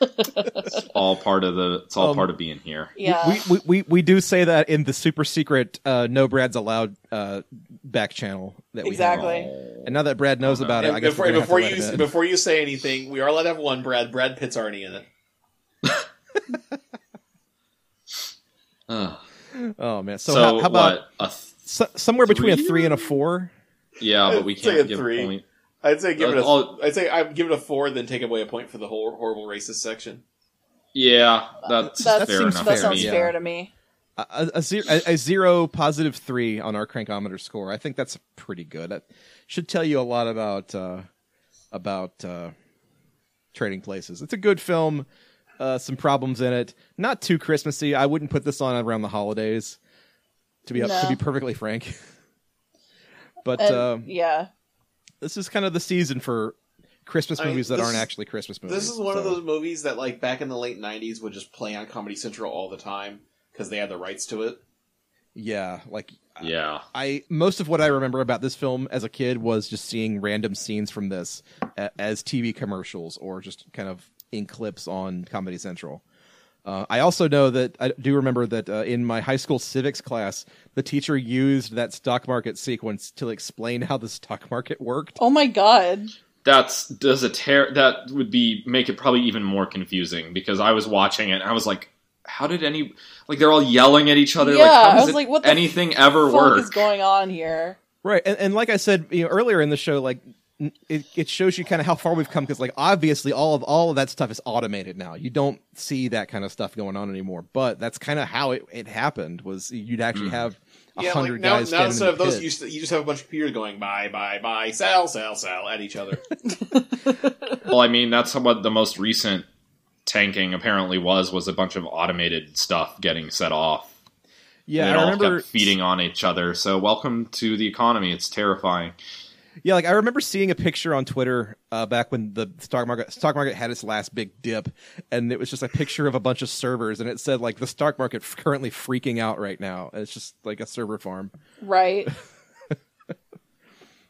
Speaker 4: It's all part of the it's all
Speaker 2: Um,
Speaker 4: part of being here.
Speaker 5: Yeah.
Speaker 2: We, we, we, we do say that in the super secret uh, no Brad's allowed uh, back channel that we have.
Speaker 5: Exactly.
Speaker 2: And now that Brad knows
Speaker 4: Oh, no.
Speaker 2: about it, I
Speaker 3: Uh-huh. And
Speaker 2: guess
Speaker 3: before
Speaker 2: we're gonna
Speaker 3: before
Speaker 2: have to
Speaker 3: you
Speaker 2: let it in.
Speaker 3: before you say anything, we are allowed to have one. Brad Brad Pitt's already in it.
Speaker 4: Ugh.
Speaker 2: Oh man! So,
Speaker 4: So,
Speaker 2: how, how about
Speaker 4: what? A th-
Speaker 2: so, somewhere between
Speaker 4: Three?
Speaker 2: a three and a four?
Speaker 4: yeah, but we
Speaker 3: Say a
Speaker 4: can't give
Speaker 3: three.
Speaker 4: point.
Speaker 3: I'd say give it a
Speaker 4: I'll-
Speaker 3: would say I'd give it a four, then take away a point for the whole horrible racist section.
Speaker 4: Yeah, that's
Speaker 5: That
Speaker 4: fair
Speaker 2: seems
Speaker 4: enough.
Speaker 5: that
Speaker 2: fair,
Speaker 5: sounds
Speaker 2: yeah.
Speaker 5: fair to me.
Speaker 2: A, a, a, zero, a, a zero positive three on our crankometer score. I think that's pretty good. That should tell you a lot about uh, about uh, trading places. It's a good film. Uh, some problems in it. Not too Christmassy. I wouldn't put this on around the holidays. To be
Speaker 5: No.
Speaker 2: to be perfectly frank. [LAUGHS] but
Speaker 5: And,
Speaker 2: um
Speaker 5: yeah.
Speaker 2: this is kind of the season for Christmas
Speaker 3: I mean,
Speaker 2: movies that
Speaker 3: this
Speaker 2: aren't
Speaker 3: is-
Speaker 2: actually Christmas movies.
Speaker 3: This is one of
Speaker 2: so-
Speaker 3: those movies that, like back in the late '90s, would just play on Comedy Central all the time because they had the rights to it.
Speaker 2: Yeah, like
Speaker 4: Yeah,
Speaker 2: I most of what I remember about this film as a kid was just seeing random scenes from this a- as TV commercials or just kind of in clips on Comedy Central. Uh, I also know that I do remember that uh, in my high school civics class, the teacher used that stock market sequence to explain how the stock market worked.
Speaker 5: Oh my god.
Speaker 4: That's does a tear that would be make it probably even more confusing because I was watching it and I was like, how did any like they're all yelling at each other?
Speaker 5: Yeah,
Speaker 4: like, how
Speaker 5: I
Speaker 4: does
Speaker 5: was
Speaker 4: it-
Speaker 5: like, what the
Speaker 4: anything ever
Speaker 5: What
Speaker 4: work?
Speaker 5: is going on here?
Speaker 2: Right, and, and like I said you know, earlier in the show, like n- it, it shows you kind of how far we've come because, like, obviously all of all of that stuff is automated now. You don't see that kind of stuff going on anymore. But that's kind of how it, it happened. Was you'd actually
Speaker 4: Mm.
Speaker 2: have a
Speaker 3: Yeah, like
Speaker 2: hundred
Speaker 3: now,
Speaker 2: guys
Speaker 3: now
Speaker 2: standing in
Speaker 3: instead
Speaker 2: the
Speaker 3: of those,
Speaker 2: pit.
Speaker 3: you, just, you just have a bunch of computers going buy, buy, buy, sell, sell, sell at
Speaker 2: [LAUGHS]
Speaker 3: each other.
Speaker 4: well, I mean, that's what the most recent tanking apparently was was a bunch of automated stuff getting set off.
Speaker 2: yeah,
Speaker 4: and it
Speaker 2: I
Speaker 4: all
Speaker 2: remember
Speaker 4: kept feeding on each other. So welcome to the economy. It's terrifying.
Speaker 2: Yeah, like I remember seeing a picture on Twitter uh, back when the stock market stock market had its last big dip, and it was just a picture of a bunch of servers, and it said like the stock market f- currently freaking out right now. And it's just like a server farm. [LAUGHS]
Speaker 5: Right.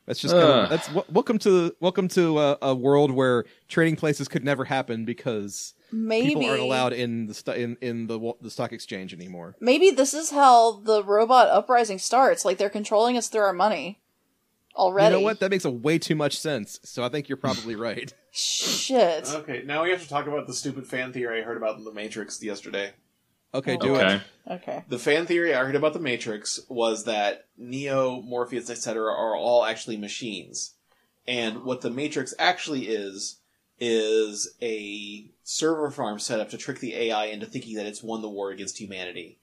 Speaker 2: That's just kinda,
Speaker 4: Ugh.
Speaker 2: that's w- welcome to welcome to a, a world where trading places could never happen because
Speaker 5: Maybe
Speaker 2: people aren't allowed in the sto- in in the wa- the stock exchange anymore.
Speaker 5: Maybe this is how the robot uprising starts. Like they're controlling us through our money already.
Speaker 2: You know what? That makes a way too much sense. So I think you're
Speaker 4: [LAUGHS]
Speaker 2: probably right.
Speaker 5: Shit.
Speaker 3: okay, now we have to talk about the stupid fan theory I heard about in The Matrix yesterday.
Speaker 2: Okay,
Speaker 5: Oh.
Speaker 2: do
Speaker 4: okay.
Speaker 2: it.
Speaker 5: Okay.
Speaker 3: The fan theory I heard about the Matrix was that Neo, Morpheus, etc. are all actually machines. And what the Matrix actually is is a server farm set up to trick the AI into thinking that it's won the war against humanity.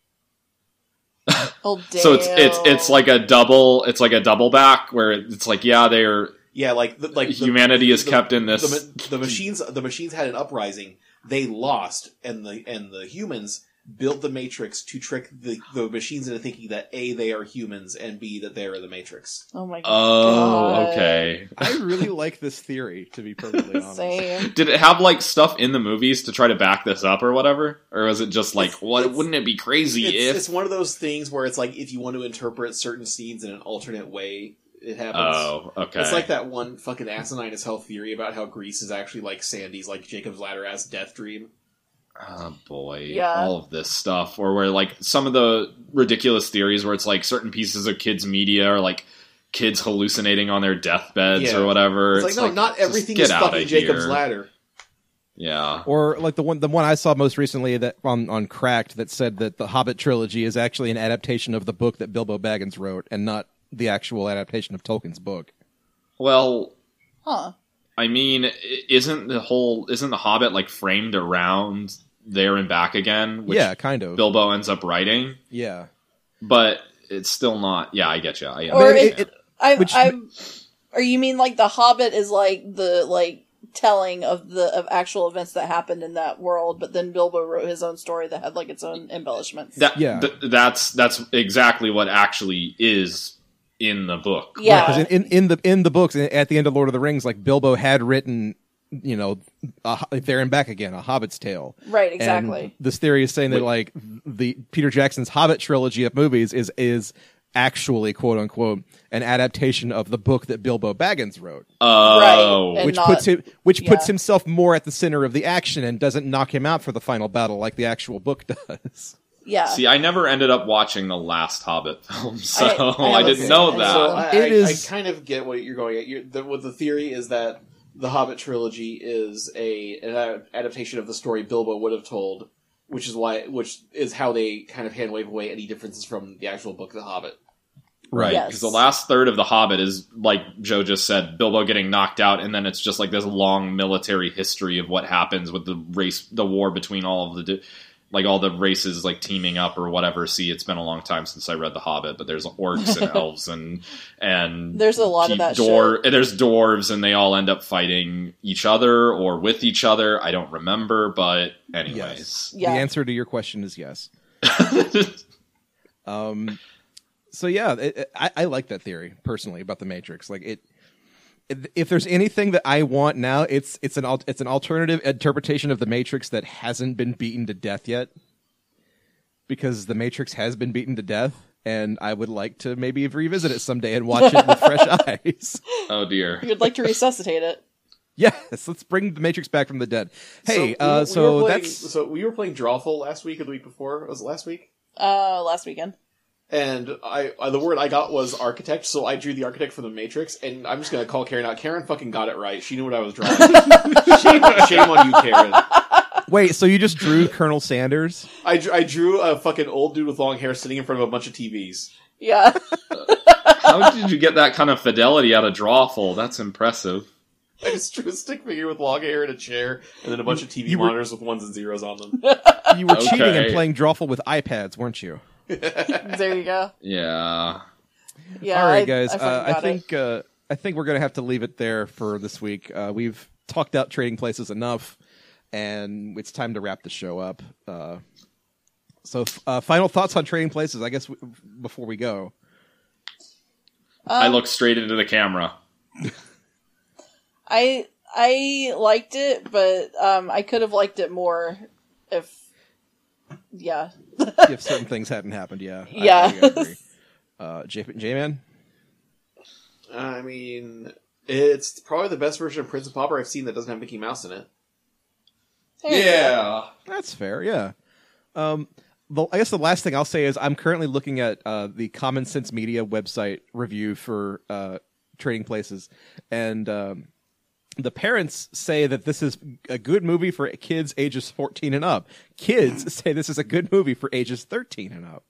Speaker 5: Oh damn.
Speaker 4: So it's it's it's like a double. It's like a double back where it's like yeah, they are
Speaker 3: Yeah, like the, like the-
Speaker 4: humanity is
Speaker 3: the-
Speaker 4: kept in this.
Speaker 3: the, ma- the machines the machines had an uprising. They lost, and the and the humans built the Matrix to trick the, the machines into thinking that a they are humans and b that they are the Matrix.
Speaker 5: Oh my god.
Speaker 4: oh, okay.
Speaker 2: I really like this theory. To be
Speaker 5: [LAUGHS]
Speaker 2: perfectly honest.
Speaker 5: Same.
Speaker 4: Did it have like stuff in the movies to try to back this up or whatever, or was it just like,
Speaker 3: It's-
Speaker 4: what?
Speaker 3: it's-
Speaker 4: Wouldn't it be crazy
Speaker 3: It's,
Speaker 4: if?
Speaker 3: it's one of those things where it's like if you want to interpret certain scenes in an alternate way, it happens.
Speaker 4: oh, okay.
Speaker 3: It's like that one fucking asinine as hell theory about how Greece is actually like Sandy's like Jacob's ladder ass death dream.
Speaker 4: Oh boy,
Speaker 5: Yeah.
Speaker 4: all of this stuff, or where like some of the ridiculous theories where it's like certain pieces of kids' media are like kids hallucinating on their deathbeds
Speaker 3: Yeah.
Speaker 4: or whatever.
Speaker 3: It's, like, no, not
Speaker 4: just
Speaker 3: everything
Speaker 4: get
Speaker 3: is
Speaker 4: outta
Speaker 3: fucking Jacob's
Speaker 4: here.
Speaker 3: ladder.
Speaker 4: Yeah,
Speaker 2: Or like the one the one I saw most recently that on on Cracked that said that the Hobbit trilogy is actually an adaptation of the book that Bilbo Baggins wrote and not the actual adaptation of Tolkien's book.
Speaker 4: well,
Speaker 5: Huh.
Speaker 4: I mean, i- isn't the whole isn't the Hobbit like framed around there and back again? Which
Speaker 2: yeah, kind of.
Speaker 4: Bilbo ends up writing,
Speaker 2: yeah.
Speaker 4: but it's still not. Yeah, I get you. I,
Speaker 5: Or
Speaker 2: But
Speaker 5: it- I'm,
Speaker 2: Which-
Speaker 5: I'm, or you mean like the Hobbit is like the like telling of the of actual events that happened in that world, but then Bilbo wrote his own story that had like its own embellishments.
Speaker 4: that,
Speaker 2: Yeah.
Speaker 4: th- that's that's exactly what actually is in the book.
Speaker 5: yeah,
Speaker 2: Because in, in, in the in the books at the end of Lord of the Rings, like Bilbo had written, you know, a, Ho- there and back again, a Hobbit's tale.
Speaker 5: right,
Speaker 2: And
Speaker 5: exactly.
Speaker 2: this theory is saying that like
Speaker 4: Wait.
Speaker 2: the Peter Jackson's Hobbit trilogy of movies is is actually quote unquote an adaptation of the book that Bilbo Baggins wrote.
Speaker 4: Oh,
Speaker 5: Right, and-
Speaker 2: which
Speaker 5: not-
Speaker 2: puts him which puts
Speaker 5: yeah.
Speaker 2: himself more at the center of the action and doesn't knock him out for the final battle like the actual book [LAUGHS] does.
Speaker 5: yeah,
Speaker 4: See, I never ended up watching the last Hobbit film, [LAUGHS] so Oh, I,
Speaker 5: I
Speaker 4: didn't
Speaker 5: haven't
Speaker 4: know
Speaker 5: seen it.
Speaker 4: that.
Speaker 3: So I,
Speaker 2: It
Speaker 3: I-
Speaker 2: is-
Speaker 3: I kind of get what you're going at. You're, the, what the theory is that the Hobbit trilogy is a an ad- adaptation of the story Bilbo would have told, which is why, which is how they kind of hand wave away any differences from the actual book, The Hobbit.
Speaker 4: Right,
Speaker 5: Yes.
Speaker 4: because the last third of the Hobbit is like Joe just said, Bilbo getting knocked out, and then it's just like this long military history of what happens with the race, the war between all of the, di- like all the races like teaming up or whatever. See, it's been a long time since I read the Hobbit, but there's orcs
Speaker 5: [LAUGHS]
Speaker 4: and elves and and
Speaker 5: There's a lot of
Speaker 4: pe-
Speaker 5: that
Speaker 4: dwar- and There's dwarves, and they all end up fighting each other or with each other. I don't remember, but anyways,
Speaker 5: Yeah.
Speaker 2: The answer to your question is yes. Um, so yeah, it, it- I, I like that theory personally about the Matrix. Like it, if- if there's anything that I want now, it's it's an al- it's an alternative interpretation of the Matrix that hasn't been beaten to death yet, because the Matrix has been beaten to death, and I would like to maybe revisit it someday and watch it with fresh eyes. [LAUGHS]
Speaker 5: [LAUGHS]
Speaker 4: oh dear.
Speaker 5: You'd like to resuscitate it.
Speaker 2: Yes, let's bring the Matrix back from the dead. Hey,
Speaker 3: we-
Speaker 2: uh,
Speaker 3: we
Speaker 2: so
Speaker 3: were playing-
Speaker 2: that's
Speaker 3: so we were playing Drawful last week or the week before. Was it last week?
Speaker 5: Uh, last weekend.
Speaker 3: And I, I the word I got was architect, so I drew the architect for the Matrix, and I'm just gonna call Karen out. Karen fucking got it right. She knew what I
Speaker 2: [LAUGHS]
Speaker 3: was drawing. shame, shame on you, Karen.
Speaker 2: wait. So you just drew Colonel Sanders?
Speaker 3: I, dr- I drew a fucking old dude with long hair sitting in front of a bunch of TVs. [LAUGHS]
Speaker 5: Yeah.
Speaker 4: How did you get that kind of fidelity out of Drawful? That's impressive.
Speaker 3: I just drew a stick figure with long hair and a chair, and then a bunch of TV
Speaker 2: you were-
Speaker 3: monitors with ones and zeros on them.
Speaker 2: [LAUGHS] You were cheating and
Speaker 4: Okay.
Speaker 2: playing Drawful with iPads, weren't you?
Speaker 5: there you go.
Speaker 4: Yeah.
Speaker 5: Yeah.
Speaker 2: All right,
Speaker 5: I-
Speaker 2: guys.
Speaker 5: I,
Speaker 2: I,
Speaker 5: fucking
Speaker 2: uh, I
Speaker 5: got it.
Speaker 2: think uh, I think we're gonna have to leave it there for this week. Uh, we've talked out trading places enough, and it's time to wrap the show up. Uh, so, f- uh, final thoughts on trading places? I guess w- before we go,
Speaker 4: I
Speaker 5: Um,
Speaker 4: look straight into the camera.
Speaker 5: I I liked it, but um, I could have liked it more if. Yeah.
Speaker 2: if certain things hadn't happened,
Speaker 5: [LAUGHS]
Speaker 2: yeah, I-
Speaker 5: Yeah.
Speaker 2: I, agree. Uh, J Man,
Speaker 3: I mean, it's probably the best version of Prince of Popper I've seen that doesn't have Mickey Mouse
Speaker 2: [LAUGHS]
Speaker 3: in it.
Speaker 5: There you go.
Speaker 2: That's fair, yeah. Um, the, I guess the last thing I'll say is I'm currently looking at uh, the Common Sense Media website review for uh, Trading Places, and um, the parents say that this is a good movie for kids ages 14 and up. Kids [LAUGHS] say this is a good movie for ages 13 and up.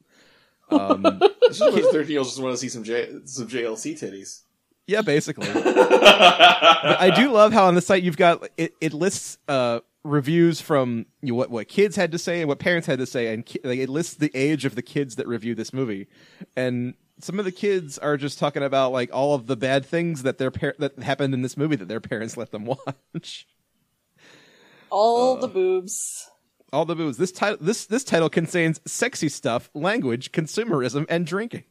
Speaker 2: Um,
Speaker 3: It's just those thirteen year olds just want to see some J- some JLC titties.
Speaker 2: yeah, basically.
Speaker 4: Yeah.
Speaker 2: But I do love how on the site you've got it, it lists uh, reviews from you know, what what kids had to say and what parents had to say, and ki- like, it lists the age of the kids that review this movie, and some of the kids are just talking about like all of the bad things that their par- that happened in this movie that their parents let them [LAUGHS] watch. Uh.
Speaker 5: All the boobs.
Speaker 2: All the booze. This title this this title contains sexy stuff, language, consumerism, and drinking.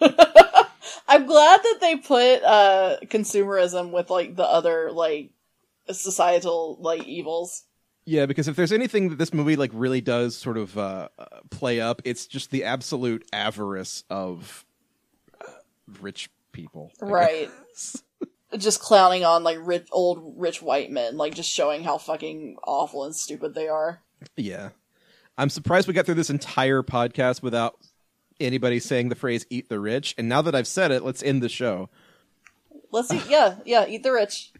Speaker 5: I'm glad that they put uh consumerism with like the other like societal like evils.
Speaker 2: Yeah, because if there's anything that this movie like really does sort of uh, uh, play up, it's just the absolute avarice of uh, rich people. [LAUGHS] I
Speaker 5: Right.
Speaker 2: guess.
Speaker 5: Just clowning on like rich old rich white men, like just showing how fucking awful and stupid they are.
Speaker 2: Yeah. I'm surprised we got through this entire podcast without anybody saying the phrase "eat the rich." And now that I've said it, let's end the show.
Speaker 5: Let's eat yeah, yeah, eat the rich.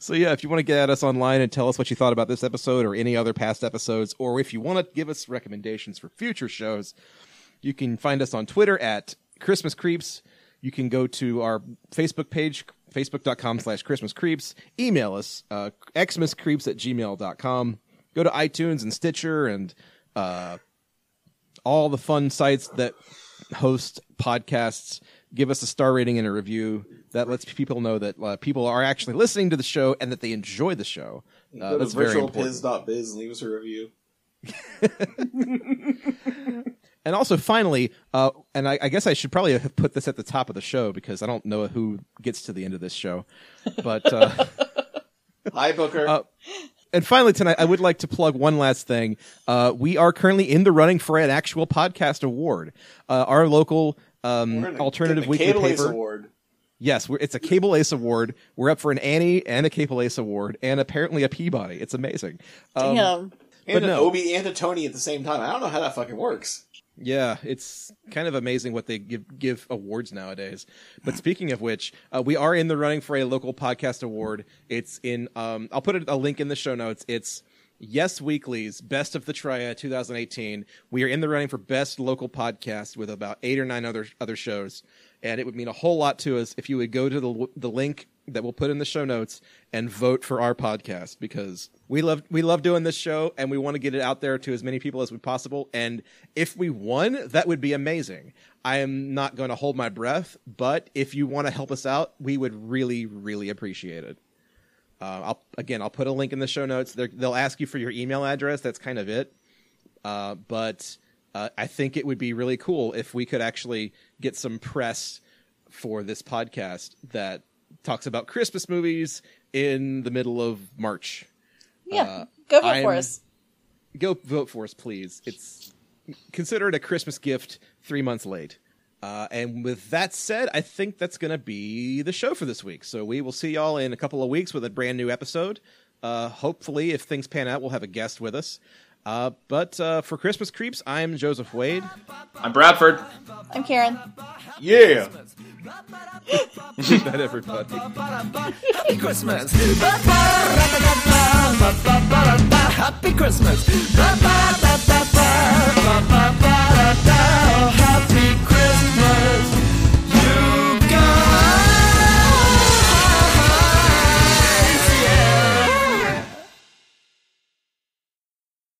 Speaker 2: So yeah, if you want to get at us online and tell us what you thought about this episode or any other past episodes, or if you want to give us recommendations for future shows, you can find us on Twitter at Christmas Creeps. You can go to our Facebook page, facebook.com slash Christmas Creeps. Email us, uh, xmascreeps at gmail.com. Go to iTunes and Stitcher and uh, all the fun sites that host podcasts. Give us a star rating and a review. That lets people know that uh, people are actually listening to the show and that they enjoy the show. Uh,
Speaker 3: Go to
Speaker 2: that's very important.
Speaker 3: virtualpiz.biz and leave us a review.
Speaker 2: And also, finally, uh, and I, I guess I should probably have put this at the top of the show because I don't know who gets to the end of this show. But
Speaker 3: [LAUGHS]
Speaker 2: uh,
Speaker 3: Hi, Booker.
Speaker 2: Uh, and finally tonight, I would like to plug one last thing. Uh, we are currently in the running for an actual podcast award. Uh, our local um,
Speaker 3: We're gonna
Speaker 2: alternative
Speaker 3: get the
Speaker 2: weekly
Speaker 3: Cable Ace
Speaker 2: paper.
Speaker 3: Award.
Speaker 2: Yes, we're, it's a Cable Ace Award. We're up for an Annie and a Cable Ace Award, and apparently a Peabody. It's amazing. Um,
Speaker 5: Damn.
Speaker 3: And
Speaker 2: But
Speaker 3: an
Speaker 2: no.
Speaker 3: Obi and a Tony at the same time. I don't know how that fucking works.
Speaker 2: Yeah, it's kind of amazing what they give give awards nowadays. But speaking of which, uh, we are in the running for a local podcast award. It's in. Um, I'll put a, a link in the show notes. It's Yes Weekly's Best of the Triad 2018. We are in the running for best local podcast with about eight or nine other other shows, and it would mean a whole lot to us if you would go to the the link that we'll put in the show notes and vote for our podcast because we love we love doing this show and we want to get it out there to as many people as we possible and if we won that would be amazing. I am not going to hold my breath, but if you want to help us out, we would really really appreciate it. Uh, I'll again I'll put a link in the show notes. They're, they'll ask you for your email address. That's kind of it. Uh, but uh, I think it would be really cool if we could actually get some press for this podcast that talks about Christmas movies in the middle of March.
Speaker 5: Yeah.
Speaker 2: Uh,
Speaker 5: go for it
Speaker 2: I'm-
Speaker 5: for us.
Speaker 2: Go vote for us, please. It's consider it a Christmas gift three months late. Uh, and with that said, I think that's going to be the show for this week. So we will see y'all in a couple of weeks with a brand new episode. Uh, hopefully, if things pan out, we'll have a guest with us. Uh, but uh, for Christmas Creeps, I'm Joseph Wade.
Speaker 4: I'm Bradford.
Speaker 5: I'm Karen.
Speaker 3: Yeah.
Speaker 2: Good night, everybody.
Speaker 1: Happy Christmas. Happy Christmas. Oh,